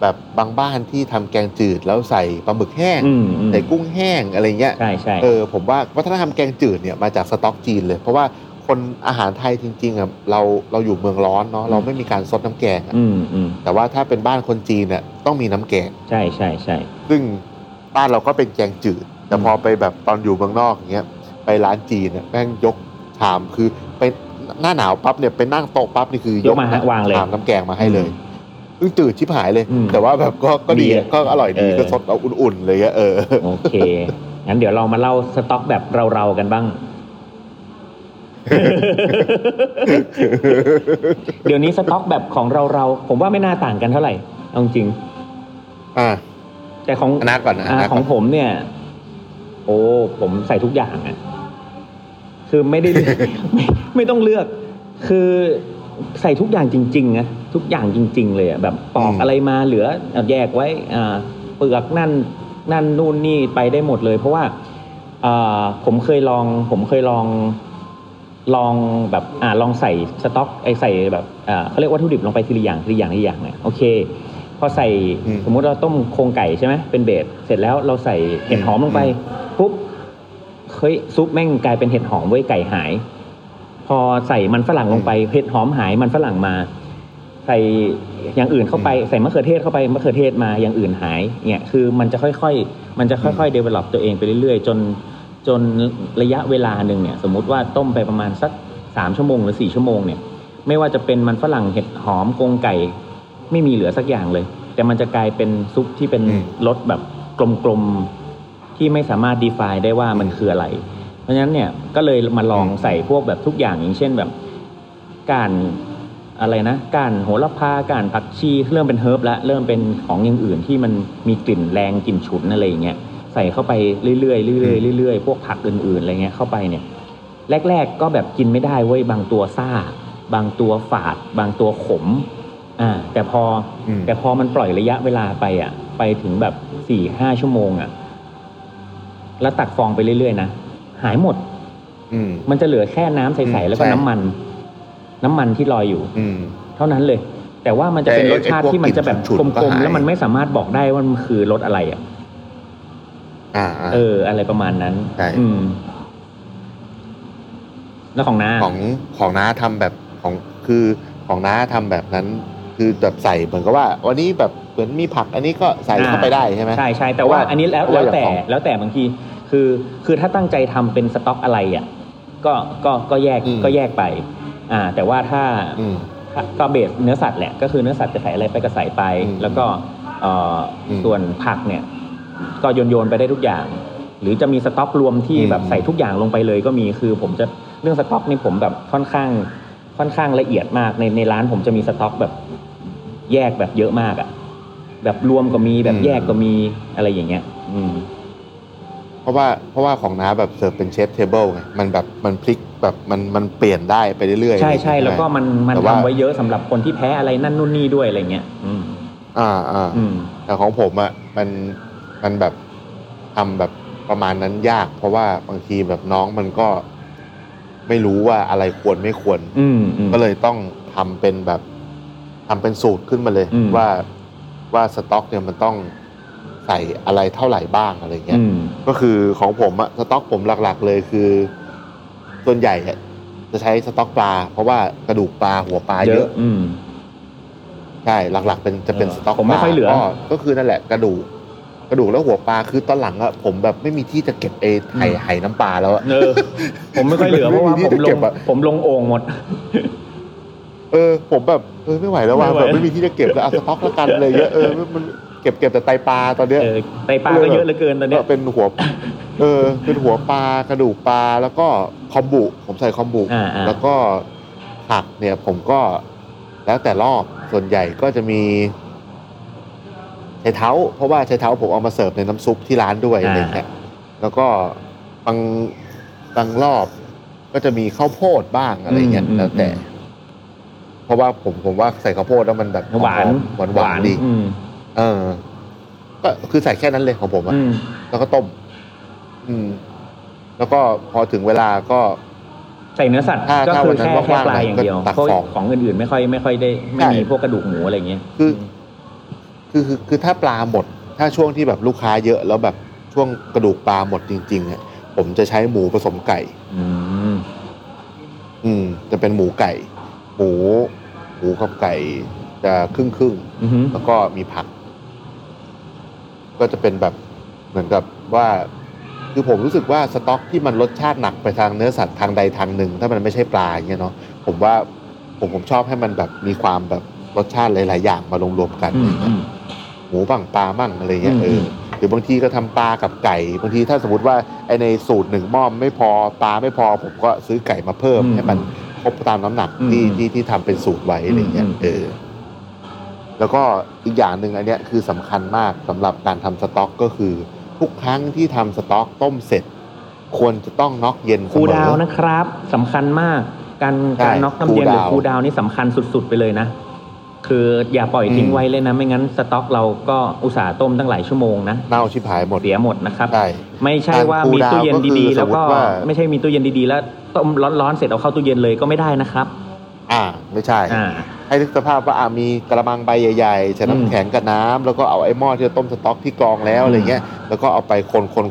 Speaker 2: แบบบางบ้านที่ทำแกงจืดแล้วใส่ปลาหมึกแห้ง
Speaker 3: อืมอืม
Speaker 2: ใส่กุ้งแห้งอะไรเงี้ย
Speaker 3: ใช่ใช่
Speaker 2: เออผมว่าวัฒนธรรมแกงจืดเนี่ยมาจากสต๊อกจีนเลย เพราะว่าคนอาหารไทยจริงๆอ่ะเราเราอยู่เมืองร้อนเนาะเราไม่มีการซดน้ำแกงอะ
Speaker 3: อืมอืม
Speaker 2: แต่ว่าถ้าเป็นบ้านคนจีนเนี่ยต้องมีน้ำแกง
Speaker 3: ใช่ใช่ใช่
Speaker 2: ซึ่งบ้านเราก็เป็นแกงจืด แต่
Speaker 3: อืม
Speaker 2: พอไปแบบตอนอยู่เมืองนอกอย่างเงี้ยไปร้านจีนเนี่ยแม่งยกชามคือไปหน้าหนาวปั๊บเนี่ยไปนั่งโต๊ะปั๊บนี่คือย
Speaker 3: กมาฮะวางเลย
Speaker 2: ชามน้ำแกงมาให้เลยซึ่งจืดชิบหายเลย
Speaker 3: อืม
Speaker 2: แต่ว่าแบบก็ก็ดี
Speaker 3: ดี
Speaker 2: อะ
Speaker 3: อะ
Speaker 2: ก็อร่อยดี
Speaker 3: เออ
Speaker 2: ก็สดเอาอุ่นๆเลยอะเออ
Speaker 3: โอเค งั้นเดี๋ยวเรามาเล่าสต็อกแบบเราๆกันบ้าง เดี๋ยวนี้สต็อกแบบของเราๆ ผมว่าไม่น่าต่างกันเท่าไหร่เอาจริง
Speaker 2: อ่ะ
Speaker 3: แต่ของ
Speaker 2: อันนัดก่อนนะ
Speaker 3: อ่า
Speaker 2: นัด
Speaker 3: ข
Speaker 2: ก่
Speaker 3: อน งผมเนี่ย โอ้ผมใส่ทุกอย่างอะคือไม่ได้ ไม่ไม่ต้องเลือก คือใส่ทุกอย่างจริงๆนะทุกอย่างจริง ๆ เลยอะแบบปอก
Speaker 2: อืม
Speaker 3: อะไรมาเหลือเอาแยกไว้อ่าเปลือกนั่นนั่นนู่นนี่ไปได้หมดเลย เพราะว่าอ่าผมเคยลอง ผมเคยลองลองแบบอ่าลองใส่สต็อกไอใส่แบบอ่าเขาเรียกวัตถุดิบลงไปทีละอย่างทีละอย่างทีละอย่างเนี่ยโอเค พอใส่
Speaker 2: อืม
Speaker 3: สมมุติเราต้มโครงไก่ใช่ไหมเป็นเบสเสร็จแล้วเราใส่เห็ดหอมลงไป
Speaker 2: อื
Speaker 3: ปุ๊บเฮ้ยซุปแม่งกลายเป็นเห็ดหอมเว้ยไก่หาย พอใส่มันฝรั่งลงไปเห็ดหอมหายมันฝรั่งมา ใส่อย่างอื่นเข้าไปใส่มะเขือเทศเข้าไปมะเขือเทศมาอย่างอื่นหายเนี่ยคือมันจะค่อยๆ มันจะค่อยๆ develop ตัวเองไปเรื่อยๆ จนจนระยะเวลาหนึ่งเนี่ยสมมุติว่าต้มไปประมาณสักสามชั่วโมงหรือสี่ชั่วโมงเนี่ย ไม่ว่าจะเป็นมันฝรั่งเห็ดหอมกรงไก่ ไม่มีเหลือสักอย่างเลย แต่มันจะกลายเป็นซุปที่เป็น
Speaker 2: อืม
Speaker 3: รสแบบกลมๆ ที่ไม่สามารถ define ได้ว่ามันคืออะไร เพราะฉะนั้นเนี่ยก็เลยมาลอง
Speaker 2: อืม
Speaker 3: ใส่พวกแบบทุกอย่างอย่างเช่นแบบการอะไรนะการโหระพาการผักชีเริ่มเป็นเฮิร์บแล้วเริ่มเป็นของอย่างอื่นที่มันมีกลิ่นแรงกลิ่นฉุนอะไรอย่างเงี้ยใส่เข้าไปเรื่อยๆเรื่อยๆเรื่อยๆพวกผักอื่นๆอะไรเงี้ยเข้าไปเนี่ย แรก ๆ ก็แบบกินไม่ได้เว้ยบางตัวซ่า บางตัวฝาด บางตัวขม อ่า แต่พออ
Speaker 2: ม
Speaker 3: แต่พอมันปล่อยระยะเวลาไปอ่ะ ไปถึงแบบสี่ห้าชั่วโมงอ่ะ แล้วตักฟองไปเรื่อยๆนะหายหมด
Speaker 2: อืม
Speaker 3: มันจะเหลือแค่น้ำใส
Speaker 2: อื
Speaker 3: ๆ
Speaker 2: ม
Speaker 3: แล้วก็
Speaker 2: ใช่
Speaker 3: น้ำมัน น้ำมันที่ลอยอยู่
Speaker 2: อืม
Speaker 3: เท่านั้นเลย แต่ว่ามันจะเป็นร
Speaker 2: แต่ไอ้
Speaker 3: สชาติ
Speaker 2: ไอ้พวก
Speaker 3: ที่มันจะแบบ
Speaker 2: กลิ่นฉุนๆ
Speaker 3: กล
Speaker 2: ก็
Speaker 3: มๆ
Speaker 2: หาย
Speaker 3: แล้วมันไม่สามารถบอกได้ว่ามันคือรสอะไรอ่ะ
Speaker 2: อ่าอ่า
Speaker 3: เออ อะไรประมาณนั้น
Speaker 2: ใช่
Speaker 3: อืม แล้วของน้า
Speaker 2: ของของน้าทำแบบของคือของน้าทำแบบนั้น คือแบบใส่เหมือนกับว่า วันนี้แบบเหมือนมีผักอันนี้ก็ใส่เข้าไปได้ใช่ไหม
Speaker 3: ใช่ใช่แต่ว่า อันนี้แล้ว
Speaker 2: เพราะ
Speaker 3: แล้ว
Speaker 2: ว่าอย่าง
Speaker 3: แต่
Speaker 2: ของ
Speaker 3: แล้วแต่บางที คือคือถ้าตั้งใจทำเป็นสต็อกอะไรอ่ะ ก็ก็ก็แยกก็แยกไป อ่า แต่ว่าถ้า
Speaker 2: อืม
Speaker 3: ก็เบสเนื้อสัตว์แหละก็คือเนื้อสัตว์จะใส่อะไรไปก็ใส่ไป
Speaker 2: อืม
Speaker 3: แล้วก็เอ่ออ
Speaker 2: ม
Speaker 3: ส่วนผักเนี่ย ก็โยนโยนๆไปได้ทุกอย่าง หรือจะมีสต็อกรวมที่
Speaker 2: อืม
Speaker 3: แบบใส่ทุกอย่างลงไปเลยก็มีคือผมจะเรื่องสต็อกนี่ผมแบบค่อนข้างค่อนข้างละเอียดมากในในร้านผมจะมีสต็อกแบบแยกแบบเยอะมากอะแบบรวมก็มีแบบแยกก็มีอะไรอย่างเงี้ย อืม
Speaker 2: เพราะว่าเพราะว่าของน้าแบบเสิร์ฟเป็นเชฟเทเบิลไงมันแบบมันพลิกแบบมันมันเปลี่ยนได้ไปเรื่อยๆ
Speaker 3: ใช่ใช่
Speaker 2: ไหม
Speaker 3: แล้วก็มันมัน
Speaker 2: แต่ว่า
Speaker 3: ทำไว้เยอะสำหรับคนที่แพ้อะไรนั่นนู่นนี่ด้วยอะไรเงี้ยอืม
Speaker 2: อ่าอ่า
Speaker 3: อืม
Speaker 2: แต่ของผมอ่ะมันมันแบบทำแบบประมาณนั้นยาก เพราะว่าบางทีแบบน้องมันก็ไม่รู้ว่าอะไรควรไม่ควร
Speaker 3: อืมอืม
Speaker 2: ก็เลยต้องทำเป็นแบบ ทำเป็นสูตรขึ้นมาเลย
Speaker 3: อืม
Speaker 2: ว่าว่าสต็อกเนี่ยมันต้องใส่อะไรเท่าไหร่บ้างอะไรเงี้ย
Speaker 3: อืม
Speaker 2: ก็คือของผมอะสต็อกผมหลักๆ เลยคือ ส่วนใหญ่อะจะใช้สต็อกปลา เพราะว่ากระดูกปลาหัวปลาเยอะ
Speaker 3: อืม
Speaker 2: ใช่หลักๆ เป็นจะเป็น
Speaker 3: เออ
Speaker 2: สต็อก
Speaker 3: ผมไม่
Speaker 2: ปลา
Speaker 3: ค่อยเหลือ
Speaker 2: ก็ก็คือนั่นแหละกระดูกกระดูกแล้วหัวปลาคือตอนหลังอะผมแบบไม่มีที่จะเก็บเอไห่ไห่น้ำปลาแล้วอะ
Speaker 3: เออ ผมไม่ค่อยเหลือเพราะว่าผมล
Speaker 2: เก็
Speaker 3: ง
Speaker 2: บอะ
Speaker 3: ผมลงโอ่งหมด
Speaker 2: เออผมแบบเออไม่ไหวแล้วว่า
Speaker 3: ไม่ไหว
Speaker 2: แบบ ไม่มีที่จะเก็บแล้วเอาสต็อกละกันเลยเยอะเออมันเก็บเก็บแต่ไตปลาตอนเนี้ย
Speaker 3: เออไตปลาก็เยอะเหลือเกินตอนเนี้
Speaker 2: ก็
Speaker 3: ย
Speaker 2: เป็นหัว เออ เป็นหัวปลากระดูกปลาแล้วก็คอมบุผมใส่คอมบุ
Speaker 3: อ่าอ่า
Speaker 2: แล้วก็ผักเนี่ย ผมก็แล้วแต่รอบส่วนใหญ่ก็จะมีไชเท้า เพราะว่าไชเท้าผมเอามาเสิร์ฟในน้ำซุปที่ร้านด้วยอะไรอย่างเงี้ยแล้วก็บางบางรอบก็จะมีข้าวโพดบ้างอะไรเงี้ย
Speaker 3: ม
Speaker 2: แล้วแต่ เพราะว่าผมผมว่าใส่ข้าวโพดแล้วมันแบบ
Speaker 3: หวาน
Speaker 2: หวานหวานๆดี
Speaker 3: อืม
Speaker 2: เออ ก็คือใส่แค่นั้นเลยของผมอะ
Speaker 3: อืม
Speaker 2: แล้วก็ต้ม อืม แล้วก็พอถึงเวลาก็
Speaker 3: ใส่เนื้อสัตว์
Speaker 2: ถ้า
Speaker 3: ก็
Speaker 2: ถ้า
Speaker 3: คื
Speaker 2: วั
Speaker 3: อน
Speaker 2: นั้
Speaker 3: แค่แค่
Speaker 2: นว่างๆ
Speaker 3: ปลาอย่างเดียว
Speaker 2: ก็ตัก
Speaker 3: เพราะ
Speaker 2: สอง
Speaker 3: ของอื่นๆไม่ค่อยไม่ค่อยได้ไม่มี
Speaker 2: ใช่
Speaker 3: พวกกระดูกหมูอะไรอย่างเงี้ย
Speaker 2: คือคือคือคือถ้าปลาหมด ถ้าช่วงที่แบบลูกค้าเยอะ แล้วแบบช่วงกระดูกปลาหมดจริงๆอ่ะผมจะใช้หมูผสมไก่
Speaker 3: อืม
Speaker 2: อืม จะเป็นหมูไก่ หมู หมูกับไก่ จะครึ่งครึ่งๆ
Speaker 3: อือหือ
Speaker 2: แล้วก็มีผัก ก็จะเป็นแบบเหมือนกับว่า คือผมรู้สึกว่าสต็อกที่มันรสชาติหนักไปทางเนื้อสัตว์ทางใดทางหนึ่ง ถ้ามันไม่ใช่ปลาอย่างเงี้ยเนาะผมว่าผมผมชอบให้มันแบบมีความแบบรสชาติหลาย ๆ อย่างมารวมๆกัน
Speaker 3: อืมอืม
Speaker 2: หมูบ้างปลาบ้างอะไรเงี้ย
Speaker 3: อืม
Speaker 2: เออหรือบางทีก็ทำปลากับไก่บางทีถ้าสมมติว่าไอในสูตรหนึ่งหม้อไม่พอปลาไม่พอ ผมก็ซื้อไก่มาเพิ่มให้มัน ครบตามน้ำหนักที่
Speaker 3: อืม
Speaker 2: ที่ที่ทำเป็นสูตรไว้อะไรเงี้ย
Speaker 3: อืม
Speaker 2: เออ แล้วก็อีกอย่างหนึ่งอันเนี้ยคือสำคัญมากสำหรับการทำสต็อกก็คือ ทุกครั้งที่ทำสต็อกต้มเสร็จ ควรจะต้องน็อกเย็นเสมอ
Speaker 3: ครูดาวนะครับสำคัญมาก การ
Speaker 2: ใช่
Speaker 3: การน็อกน้ำเย็นห
Speaker 2: ครูดาว
Speaker 3: รือครูดาวนี่สำคัญสุดๆไปเลยนะ คืออย่าปล่อยทิ้ง
Speaker 2: อืม
Speaker 3: ไว้เลยนะ ไม่งั้นสต็อกเราก็อุตส่าห์ต้มตั้งหลายชั่วโมงนะ
Speaker 2: เน่าชิบหายหมด
Speaker 3: เสียหมดนะครับ
Speaker 2: ใช่
Speaker 3: ไม่ใช่ว่า
Speaker 2: การ
Speaker 3: มีตู้เย็นดี
Speaker 2: ค
Speaker 3: ๆ
Speaker 2: รูดาวก็คือ
Speaker 3: แล้วก็
Speaker 2: สมมุติว่า
Speaker 3: ไม่ใช่มีตู้เย็นดีๆ แล้วต้มร้อนๆเสร็จเอาเข้าตู้เย็นเลยก็ไม่ได้นะครับ
Speaker 2: อ่า ไม่ใช่
Speaker 3: อ่า
Speaker 2: ให้นึกสภาพว่าอ่ามีกระมังใบใหญ่ๆใส่
Speaker 3: อืม
Speaker 2: น้ำแข็งกับน้ำแล้วก็เอาไอ้หม้อที่เราต้มสต๊อกที่กรองแล้ว
Speaker 3: อืม
Speaker 2: อะไรเงี้ยแล้วก็เอาไป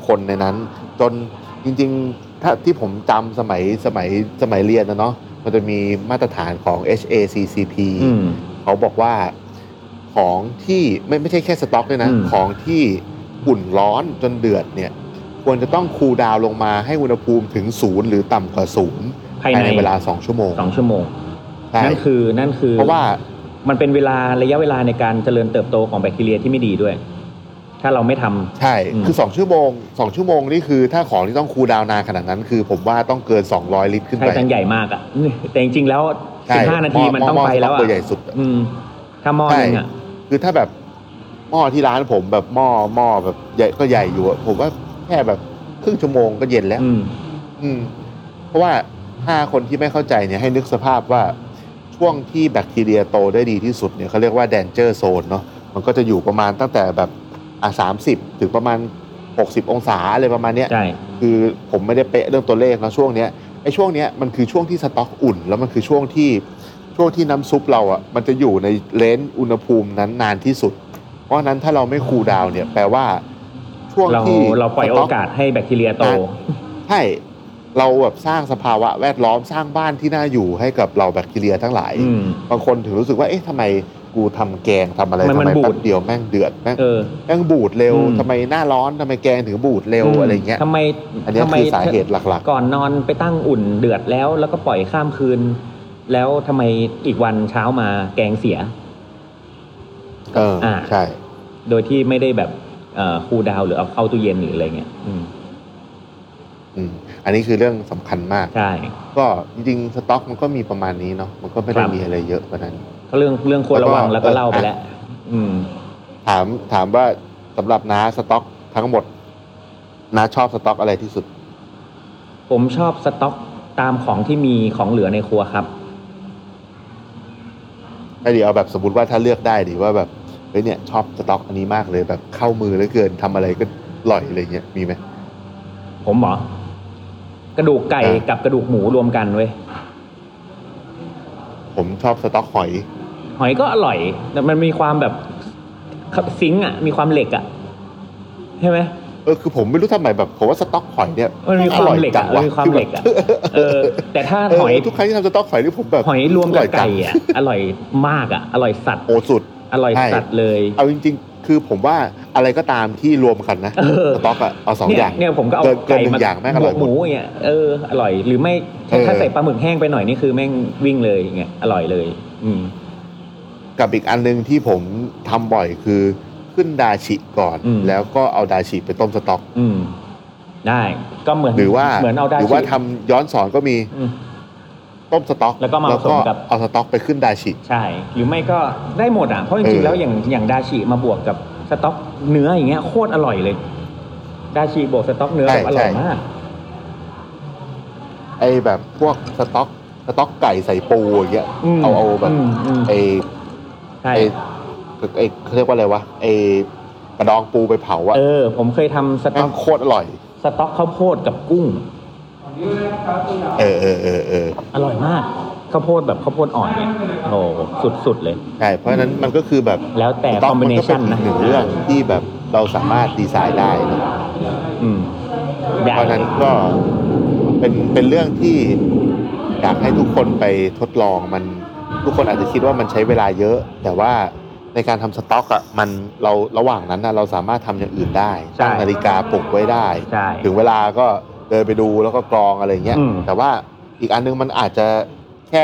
Speaker 2: คนๆๆในนั้น จนจริงๆ ถ้าที่ผมจำสมัยสมัยสมัยเรียนนะเนาะมันจะมีมาตรฐานของ HACCP
Speaker 3: อืม
Speaker 2: เขาบอกว่าของที่ไม่ไม่ใช่แค่สต็อกเลยนะ
Speaker 3: อืม
Speaker 2: ของที่อุ่นร้อนจนเดือดเนี่ย ควรจะต้องคูลดาวน์ลงมาให้อุณหภูมิถึงศูนย์หรือต่ำกว่าศูนย์
Speaker 3: ภาย
Speaker 2: ภาย
Speaker 3: ใน
Speaker 2: ในเวลาสองชั่วโมง
Speaker 3: สองชั่วโมง
Speaker 2: ใช่
Speaker 3: นั่นคือนั่นคือ
Speaker 2: เพราะว่า
Speaker 3: มันเป็นเวลาระยะเวลาในการเจริญเติบโตของแบคทีเรียที่ไม่ดีด้วย ถ้าเราไม่ทำ
Speaker 2: ใช่
Speaker 3: อืม
Speaker 2: คือ 2 ชั่วโมง 2 ชั่วโมงนี่คือถ้าของที่ต้องคูลดาวน์นานขนาดนั้น คือผมว่าต้องเกิน 200 ลิตรขึ้น
Speaker 3: ใช้
Speaker 2: ไป
Speaker 3: จานใหญ่มากอะแต่จริงๆแล้ว
Speaker 2: ใช่
Speaker 3: สิบห้านาทีมันต้อง
Speaker 2: ห
Speaker 3: ไปแล้ว
Speaker 2: หม้
Speaker 3: อะ
Speaker 2: ตัวใหญ่สุดอะ
Speaker 3: อืม ถ้าหม้อหนึงอะ
Speaker 2: คือถ้าแบบหม้อที่ร้านผมแบบหม้อหม้อแบบใหญ่ก็ใหญ่อยู่อะผมว่าแค่แบบครึ่งชั่วโมงก็เย็นแล้ว
Speaker 3: อืม
Speaker 2: อืม เพราะว่าถ้าคนที่ไม่เข้าใจเนี่ยให้นึกสภาพว่าช่วงที่แบคทีเรียโตได้ดีที่สุดเนี่ยเขาเรียกว่าแดนเจอร์โซนเนาะมันก็จะอยู่ประมาณตั้งแต่แบบอ่ะสามสิบถึงประมาณ 60 องศาอะไรประมาณเนี้ย
Speaker 3: ใช่
Speaker 2: คือผมไม่ได้เป๊ะเรื่องตัวเลขนะช่วงเนี้ยไอ้ช่วงเนี้ยมันคือช่วงที่สต็อกอุ่น แล้วมันคือช่วงที่ช่วงที่น้ำซุปเราอะ่ะมันจะอยู่ในเลนส์อุณหภูมินั้นนานที่สุด เพราะฉะนั้นถ้าเราไม่คูลดาวน์เนี่ยแปลว่าช่วง
Speaker 3: เรา
Speaker 2: ที่
Speaker 3: เราปล่อย
Speaker 2: ส
Speaker 3: โอ
Speaker 2: ต็
Speaker 3: กาสให้แบคทีเรียโต
Speaker 2: นาน ใช่เราแบบสร้างสภาวะแวดล้อมสร้างบ้านที่น่าอยู่ให้กับเราแบคทีเรียทั้งหลาย
Speaker 3: อืม
Speaker 2: บางคนถึงรู้สึกว่าเอ๊ะทำไมกูทำแกงทำอะไร
Speaker 3: มั
Speaker 2: ทำ
Speaker 3: นมัน
Speaker 2: ไม
Speaker 3: บูด
Speaker 2: แป๊บเดียวแม่งเดือดแม่ง
Speaker 3: เออ
Speaker 2: แม่งบูดเร็ว
Speaker 3: อืม
Speaker 2: ทำไมหน้าร้อนทำไมแกงถึงบูดเร็วอะไรเงี้ย
Speaker 3: ทำไม
Speaker 2: อันเนี้ย
Speaker 3: ทำไม
Speaker 2: คือสาเหตุหลัก
Speaker 3: ก่อนนอนไปตั้งอุ่นเดือดแล้ว แล้วก็ปล่อยข้ามคืน แล้วทำไมอีกวันเช้ามาแกงเสีย
Speaker 2: ๆ เอออา ใช่
Speaker 3: โดยที่ไม่ได้แบบเอ่อคูลดาวน์หรือเอาเข้าตู้เย็นหรืออะไรเงี้ยอืม
Speaker 2: อืมอันนี้คือเรื่องสำคัญมาก
Speaker 3: ใช่
Speaker 2: ก็จริงๆสต็อกมันก็มีประมาณนี้เนาะมันก็ไม่ได้
Speaker 3: ครับ
Speaker 2: มีอะไรเยอะกว่านั้น
Speaker 3: ก็เรื่องเรื่องควรระวัง
Speaker 2: แล้
Speaker 3: แล้ว
Speaker 2: วก็
Speaker 3: ก็เล่าไปแล้ว อืม
Speaker 2: ถามถามว่าสำหรับน้าสต็อกทั้งหมดน้าชอบสต็อกอะไรที่สุด
Speaker 3: ผมชอบสต็อกตามของที่มีของเหลือในครัวครับ
Speaker 2: ไม่ดีเอาแบบสมมติว่าถ้าเลือกได้ดีว่าแบบเฮ้ยเนี่ยชอบสต็อกอันนี้มากเลยแบบเข้ามือเหลือเกินทำอะไรก็หล่อยอะไรเงี้ยมีไหม
Speaker 3: ผมเหรอ กระดูกไก่
Speaker 2: อ่า
Speaker 3: กับกระดูกหมูรวมกันเว้ย
Speaker 2: ผมชอบสต็อกหอย
Speaker 3: หอยก็อร่อย แต่มันมีความแบบซิงค์อ่ะ มีความเหล็กอ่ะ ใช่ไหม
Speaker 2: เออคือผมไม่รู้ทำไมแบบผมว่าสต๊อกหอยเนี่ย
Speaker 3: มันมีความเหล็ก
Speaker 2: จั
Speaker 3: อะมันมีความเหล็กอะเออ แต่ถ้า
Speaker 2: เออ
Speaker 3: หอย
Speaker 2: ทุกครั้งที่ทำสต๊อกหอยนี่ผมแบบ
Speaker 3: หอยรวมกับ
Speaker 2: ร่จั
Speaker 3: ไก่
Speaker 2: ง
Speaker 3: อะอร่อยมากอะอร่อยสัตว์
Speaker 2: โอสุด
Speaker 3: อร่อย
Speaker 2: ใช่
Speaker 3: สัตว์เลย
Speaker 2: เอาจริง ๆ คือผมว่าอะไรก็ตามที่รวมกันนะ
Speaker 3: เออ
Speaker 2: สต๊อกอะเอาสอง
Speaker 3: เนี่
Speaker 2: อย่าง
Speaker 3: เนี่ยผมก็เอา
Speaker 2: เกินเกิ
Speaker 3: ไก่
Speaker 2: นหนึ่ง
Speaker 3: มา
Speaker 2: อย่างแม่งอร่อย
Speaker 3: บวกหมูอย่างเงี้ยเอออร่อยหรือไม่ถ้า
Speaker 2: เออ
Speaker 3: ถ้าใส่ปลาหมึกแห้งไปหน่อยนี่คือแม่งวิ่งเลยอย่างเงี้ยอร่อยเลย อืม
Speaker 2: กับอีกอันหนึงที่ผมทำบ่อยคือขึ้นดาชิก่อน
Speaker 3: อืม
Speaker 2: แล้วก็เอาดาชิไปต้มสต๊อก
Speaker 3: อืม ได้ก็เหมือน
Speaker 2: หรือว่า
Speaker 3: เหมือนเอาได้
Speaker 2: หรือว่าทำย้อนสอนก็มี
Speaker 3: อืม
Speaker 2: ต้มสต๊อก
Speaker 3: แล้วก็มาผสมกับ
Speaker 2: เอาสต๊อกไปขึ้นดาชิ
Speaker 3: ใช่ หรือไม่ก็ได้หมดอ่ะเพราะจริงๆ
Speaker 2: เออ
Speaker 3: แล้วอย่างอย่างดาชิมาบวกกับสต๊อกเนื้ออย่างเงี้ยโคตรอร่อยเลย ดาชิบวกสต๊อกเนื้อแบบอร่อยมาก
Speaker 2: ไอ้แบบพวกสต๊อกสต๊อกไก่ใส่ปูอย่างเงี้ย
Speaker 3: อืม
Speaker 2: เอาเอาแบบ
Speaker 3: อืมอืม
Speaker 2: ไอ้
Speaker 3: ใช่
Speaker 2: ไอ้ไอ้เขาเรียกว่าอะไรวะไอ้กระดองปูไปเผาอะ
Speaker 3: เออ ผมเคยทำส
Speaker 2: แม่
Speaker 3: ต๊อก
Speaker 2: งโคตรอร่อย
Speaker 3: สต๊อกข้าวโพดกับกุ้ง
Speaker 2: เออเออเออเออ
Speaker 3: อร่อยมากข้าวโพดแบบข้าวโพดอ่อนเนี่ยโอ้โหสุดๆเลย
Speaker 2: ใช่เพราะฉะนั้นมันก็คือแบบ
Speaker 3: แล้วแต่
Speaker 2: สต๊
Speaker 3: ค
Speaker 2: ก
Speaker 3: อมบิ
Speaker 2: มั
Speaker 3: เน
Speaker 2: ก็เป็
Speaker 3: ชัน
Speaker 2: นอี
Speaker 3: นะ
Speaker 2: กหนึ่งเรื่องที่แบบเราสามารถดีไซน์ได้นะ
Speaker 3: อืมได้
Speaker 2: เพราะฉะนั้นก็เป็นเป็นเรื่องที่อยากให้ทุกคนไปทดลองมันทุกคนอาจจะคิดว่ามันใช้เวลาเยอะ แต่ว่าในการทำสต๊อกอะมันเราระหว่างนั้นนะเราสามารถทำอย่างอื่นได้ตั้งนาฬิกาปลุกไว้ได้
Speaker 3: ใช่
Speaker 2: ถึงเวลาก็เดินไปดูแล้วก็กรองอะไรเงี้ย
Speaker 3: อืม
Speaker 2: แต่ว่าอีกอันนึงมันอาจจะแค่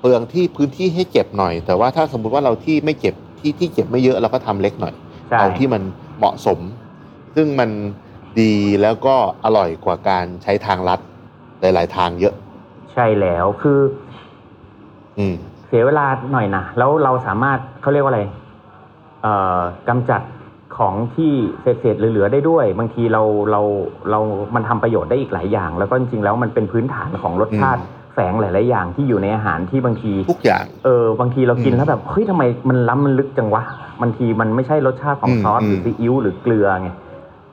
Speaker 2: เปลืองที่พื้นที่ให้เก็บหน่อย แต่ว่าถ้าสมมุติว่าเราที่ไม่เก็บที่ที่เก็บไม่เยอะเราก็ทำเล็กหน่อย
Speaker 3: ใช่
Speaker 2: เอาที่มันเหมาะสม ซึ่งมันดีแล้วก็อร่อยกว่าการใช้ทางลัดหลาย ๆ ทางเยอะ
Speaker 3: ใช่แล้วคือ
Speaker 2: อืม
Speaker 3: เสียเวลาหน่อยนะแล้วเราสามารถเขาเรียกว่าอะไรเอ่อกำจัดของที่เศษๆเหลือๆได้ด้วย บางทีเราเราเรา มันทำประโยชน์ได้อีกหลายอย่าง แล้วก็จริงๆแล้วมันเป็นพื้นฐานของรสชาติ
Speaker 2: อื
Speaker 3: แฝงหลายๆอย่างที่อยู่ในอาหารที่บางที
Speaker 2: ทุกอย่าง
Speaker 3: เออบางทีเรากิน
Speaker 2: อืม
Speaker 3: แล้วแบบเฮ้ยทำไมมันล้ำมันลึกจังวะบางทีมันไม่ใช่รสชาติของ
Speaker 2: อืม
Speaker 3: ซอสหรืออ
Speaker 2: ม
Speaker 3: ซีอิ๊วหรือเกลือไง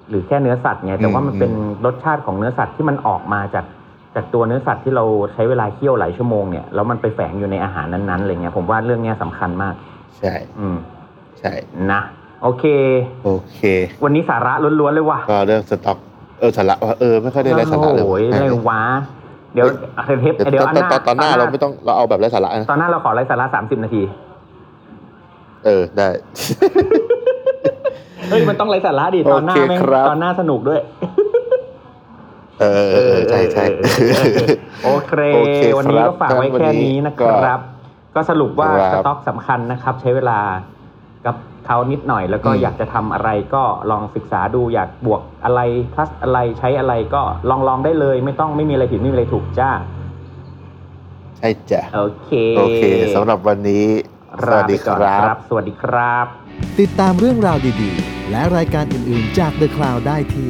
Speaker 3: หรือแค่เนื้อสัตว์ไงแต่ว่ามัน
Speaker 2: อืม
Speaker 3: เป็นรสชาติของเนื้อสัตว์ที่มันออกมาจากจากตัวเนื้อสัตว์ที่เราใช้เวลาเคี่ยวหลายชั่วโมงเนี่ยแล้วมันไปแฝงอยู่ในอาหารนั้นๆอะไรเงี้ยผมว่าเรื่องเนี้ยสำคัญมาก
Speaker 2: ใช่
Speaker 3: อืม
Speaker 2: ใช่
Speaker 3: นะโอเค
Speaker 2: โอเค
Speaker 3: วันนี้สาระล้วนๆเลยว่ะ
Speaker 2: ก็เรื่องสต็อกเออสาระเออไม่ค่อยได้ไร้สาระเลย
Speaker 3: โอ้ยอะไรวะเดี๋ยวเทป
Speaker 2: เดี๋ยว
Speaker 3: เดี๋ยวอัห
Speaker 2: ตอน น
Speaker 3: น้า
Speaker 2: ตอนตอนหน้าเราไม่ต้องเราเอาแบบไร้สาระนะ
Speaker 3: ตอนหน้าเราขอไร้สาระสามสิบนาที
Speaker 2: เออได้
Speaker 3: เฮ้ยมันต้องไร้สาระดิตอนหน้า
Speaker 2: โอเค
Speaker 3: แม่ง
Speaker 2: ครับ
Speaker 3: ตอนหน้าสนุกด้วย
Speaker 2: เออเออเออใช่ใช่
Speaker 3: โอเค
Speaker 2: โอเค
Speaker 3: วันนี้
Speaker 2: ครับ
Speaker 3: ก็ฝากไว้แค่นี้นะครับ ก็สรุปว่า
Speaker 2: ค
Speaker 3: ส
Speaker 2: รับ
Speaker 3: ต็อกสำคัญนะครับ ใช้เวลากับเขานิดหน่อย แล้วก็
Speaker 2: อืม
Speaker 3: อยากจะทำอะไรก็ลองศึกษาดูอยากบวกอะไร plus อะไรใช้อะไรก็ลองลองได้เลย ไม่ต้องไม่มีอะไรผิดไม่มีอะไรถูกจ้า
Speaker 2: ใช่จ้ะ
Speaker 3: โอเค
Speaker 2: โอเคสำหรับวันนี้ ส
Speaker 3: ลา
Speaker 2: วัส
Speaker 3: ไป
Speaker 2: ดีค
Speaker 3: ก่อน
Speaker 2: รับ
Speaker 3: สวัสดีครับ
Speaker 1: ติดตามเรื่องราวดีๆ และรายการอื่นๆจาก The Cloud ได้ที่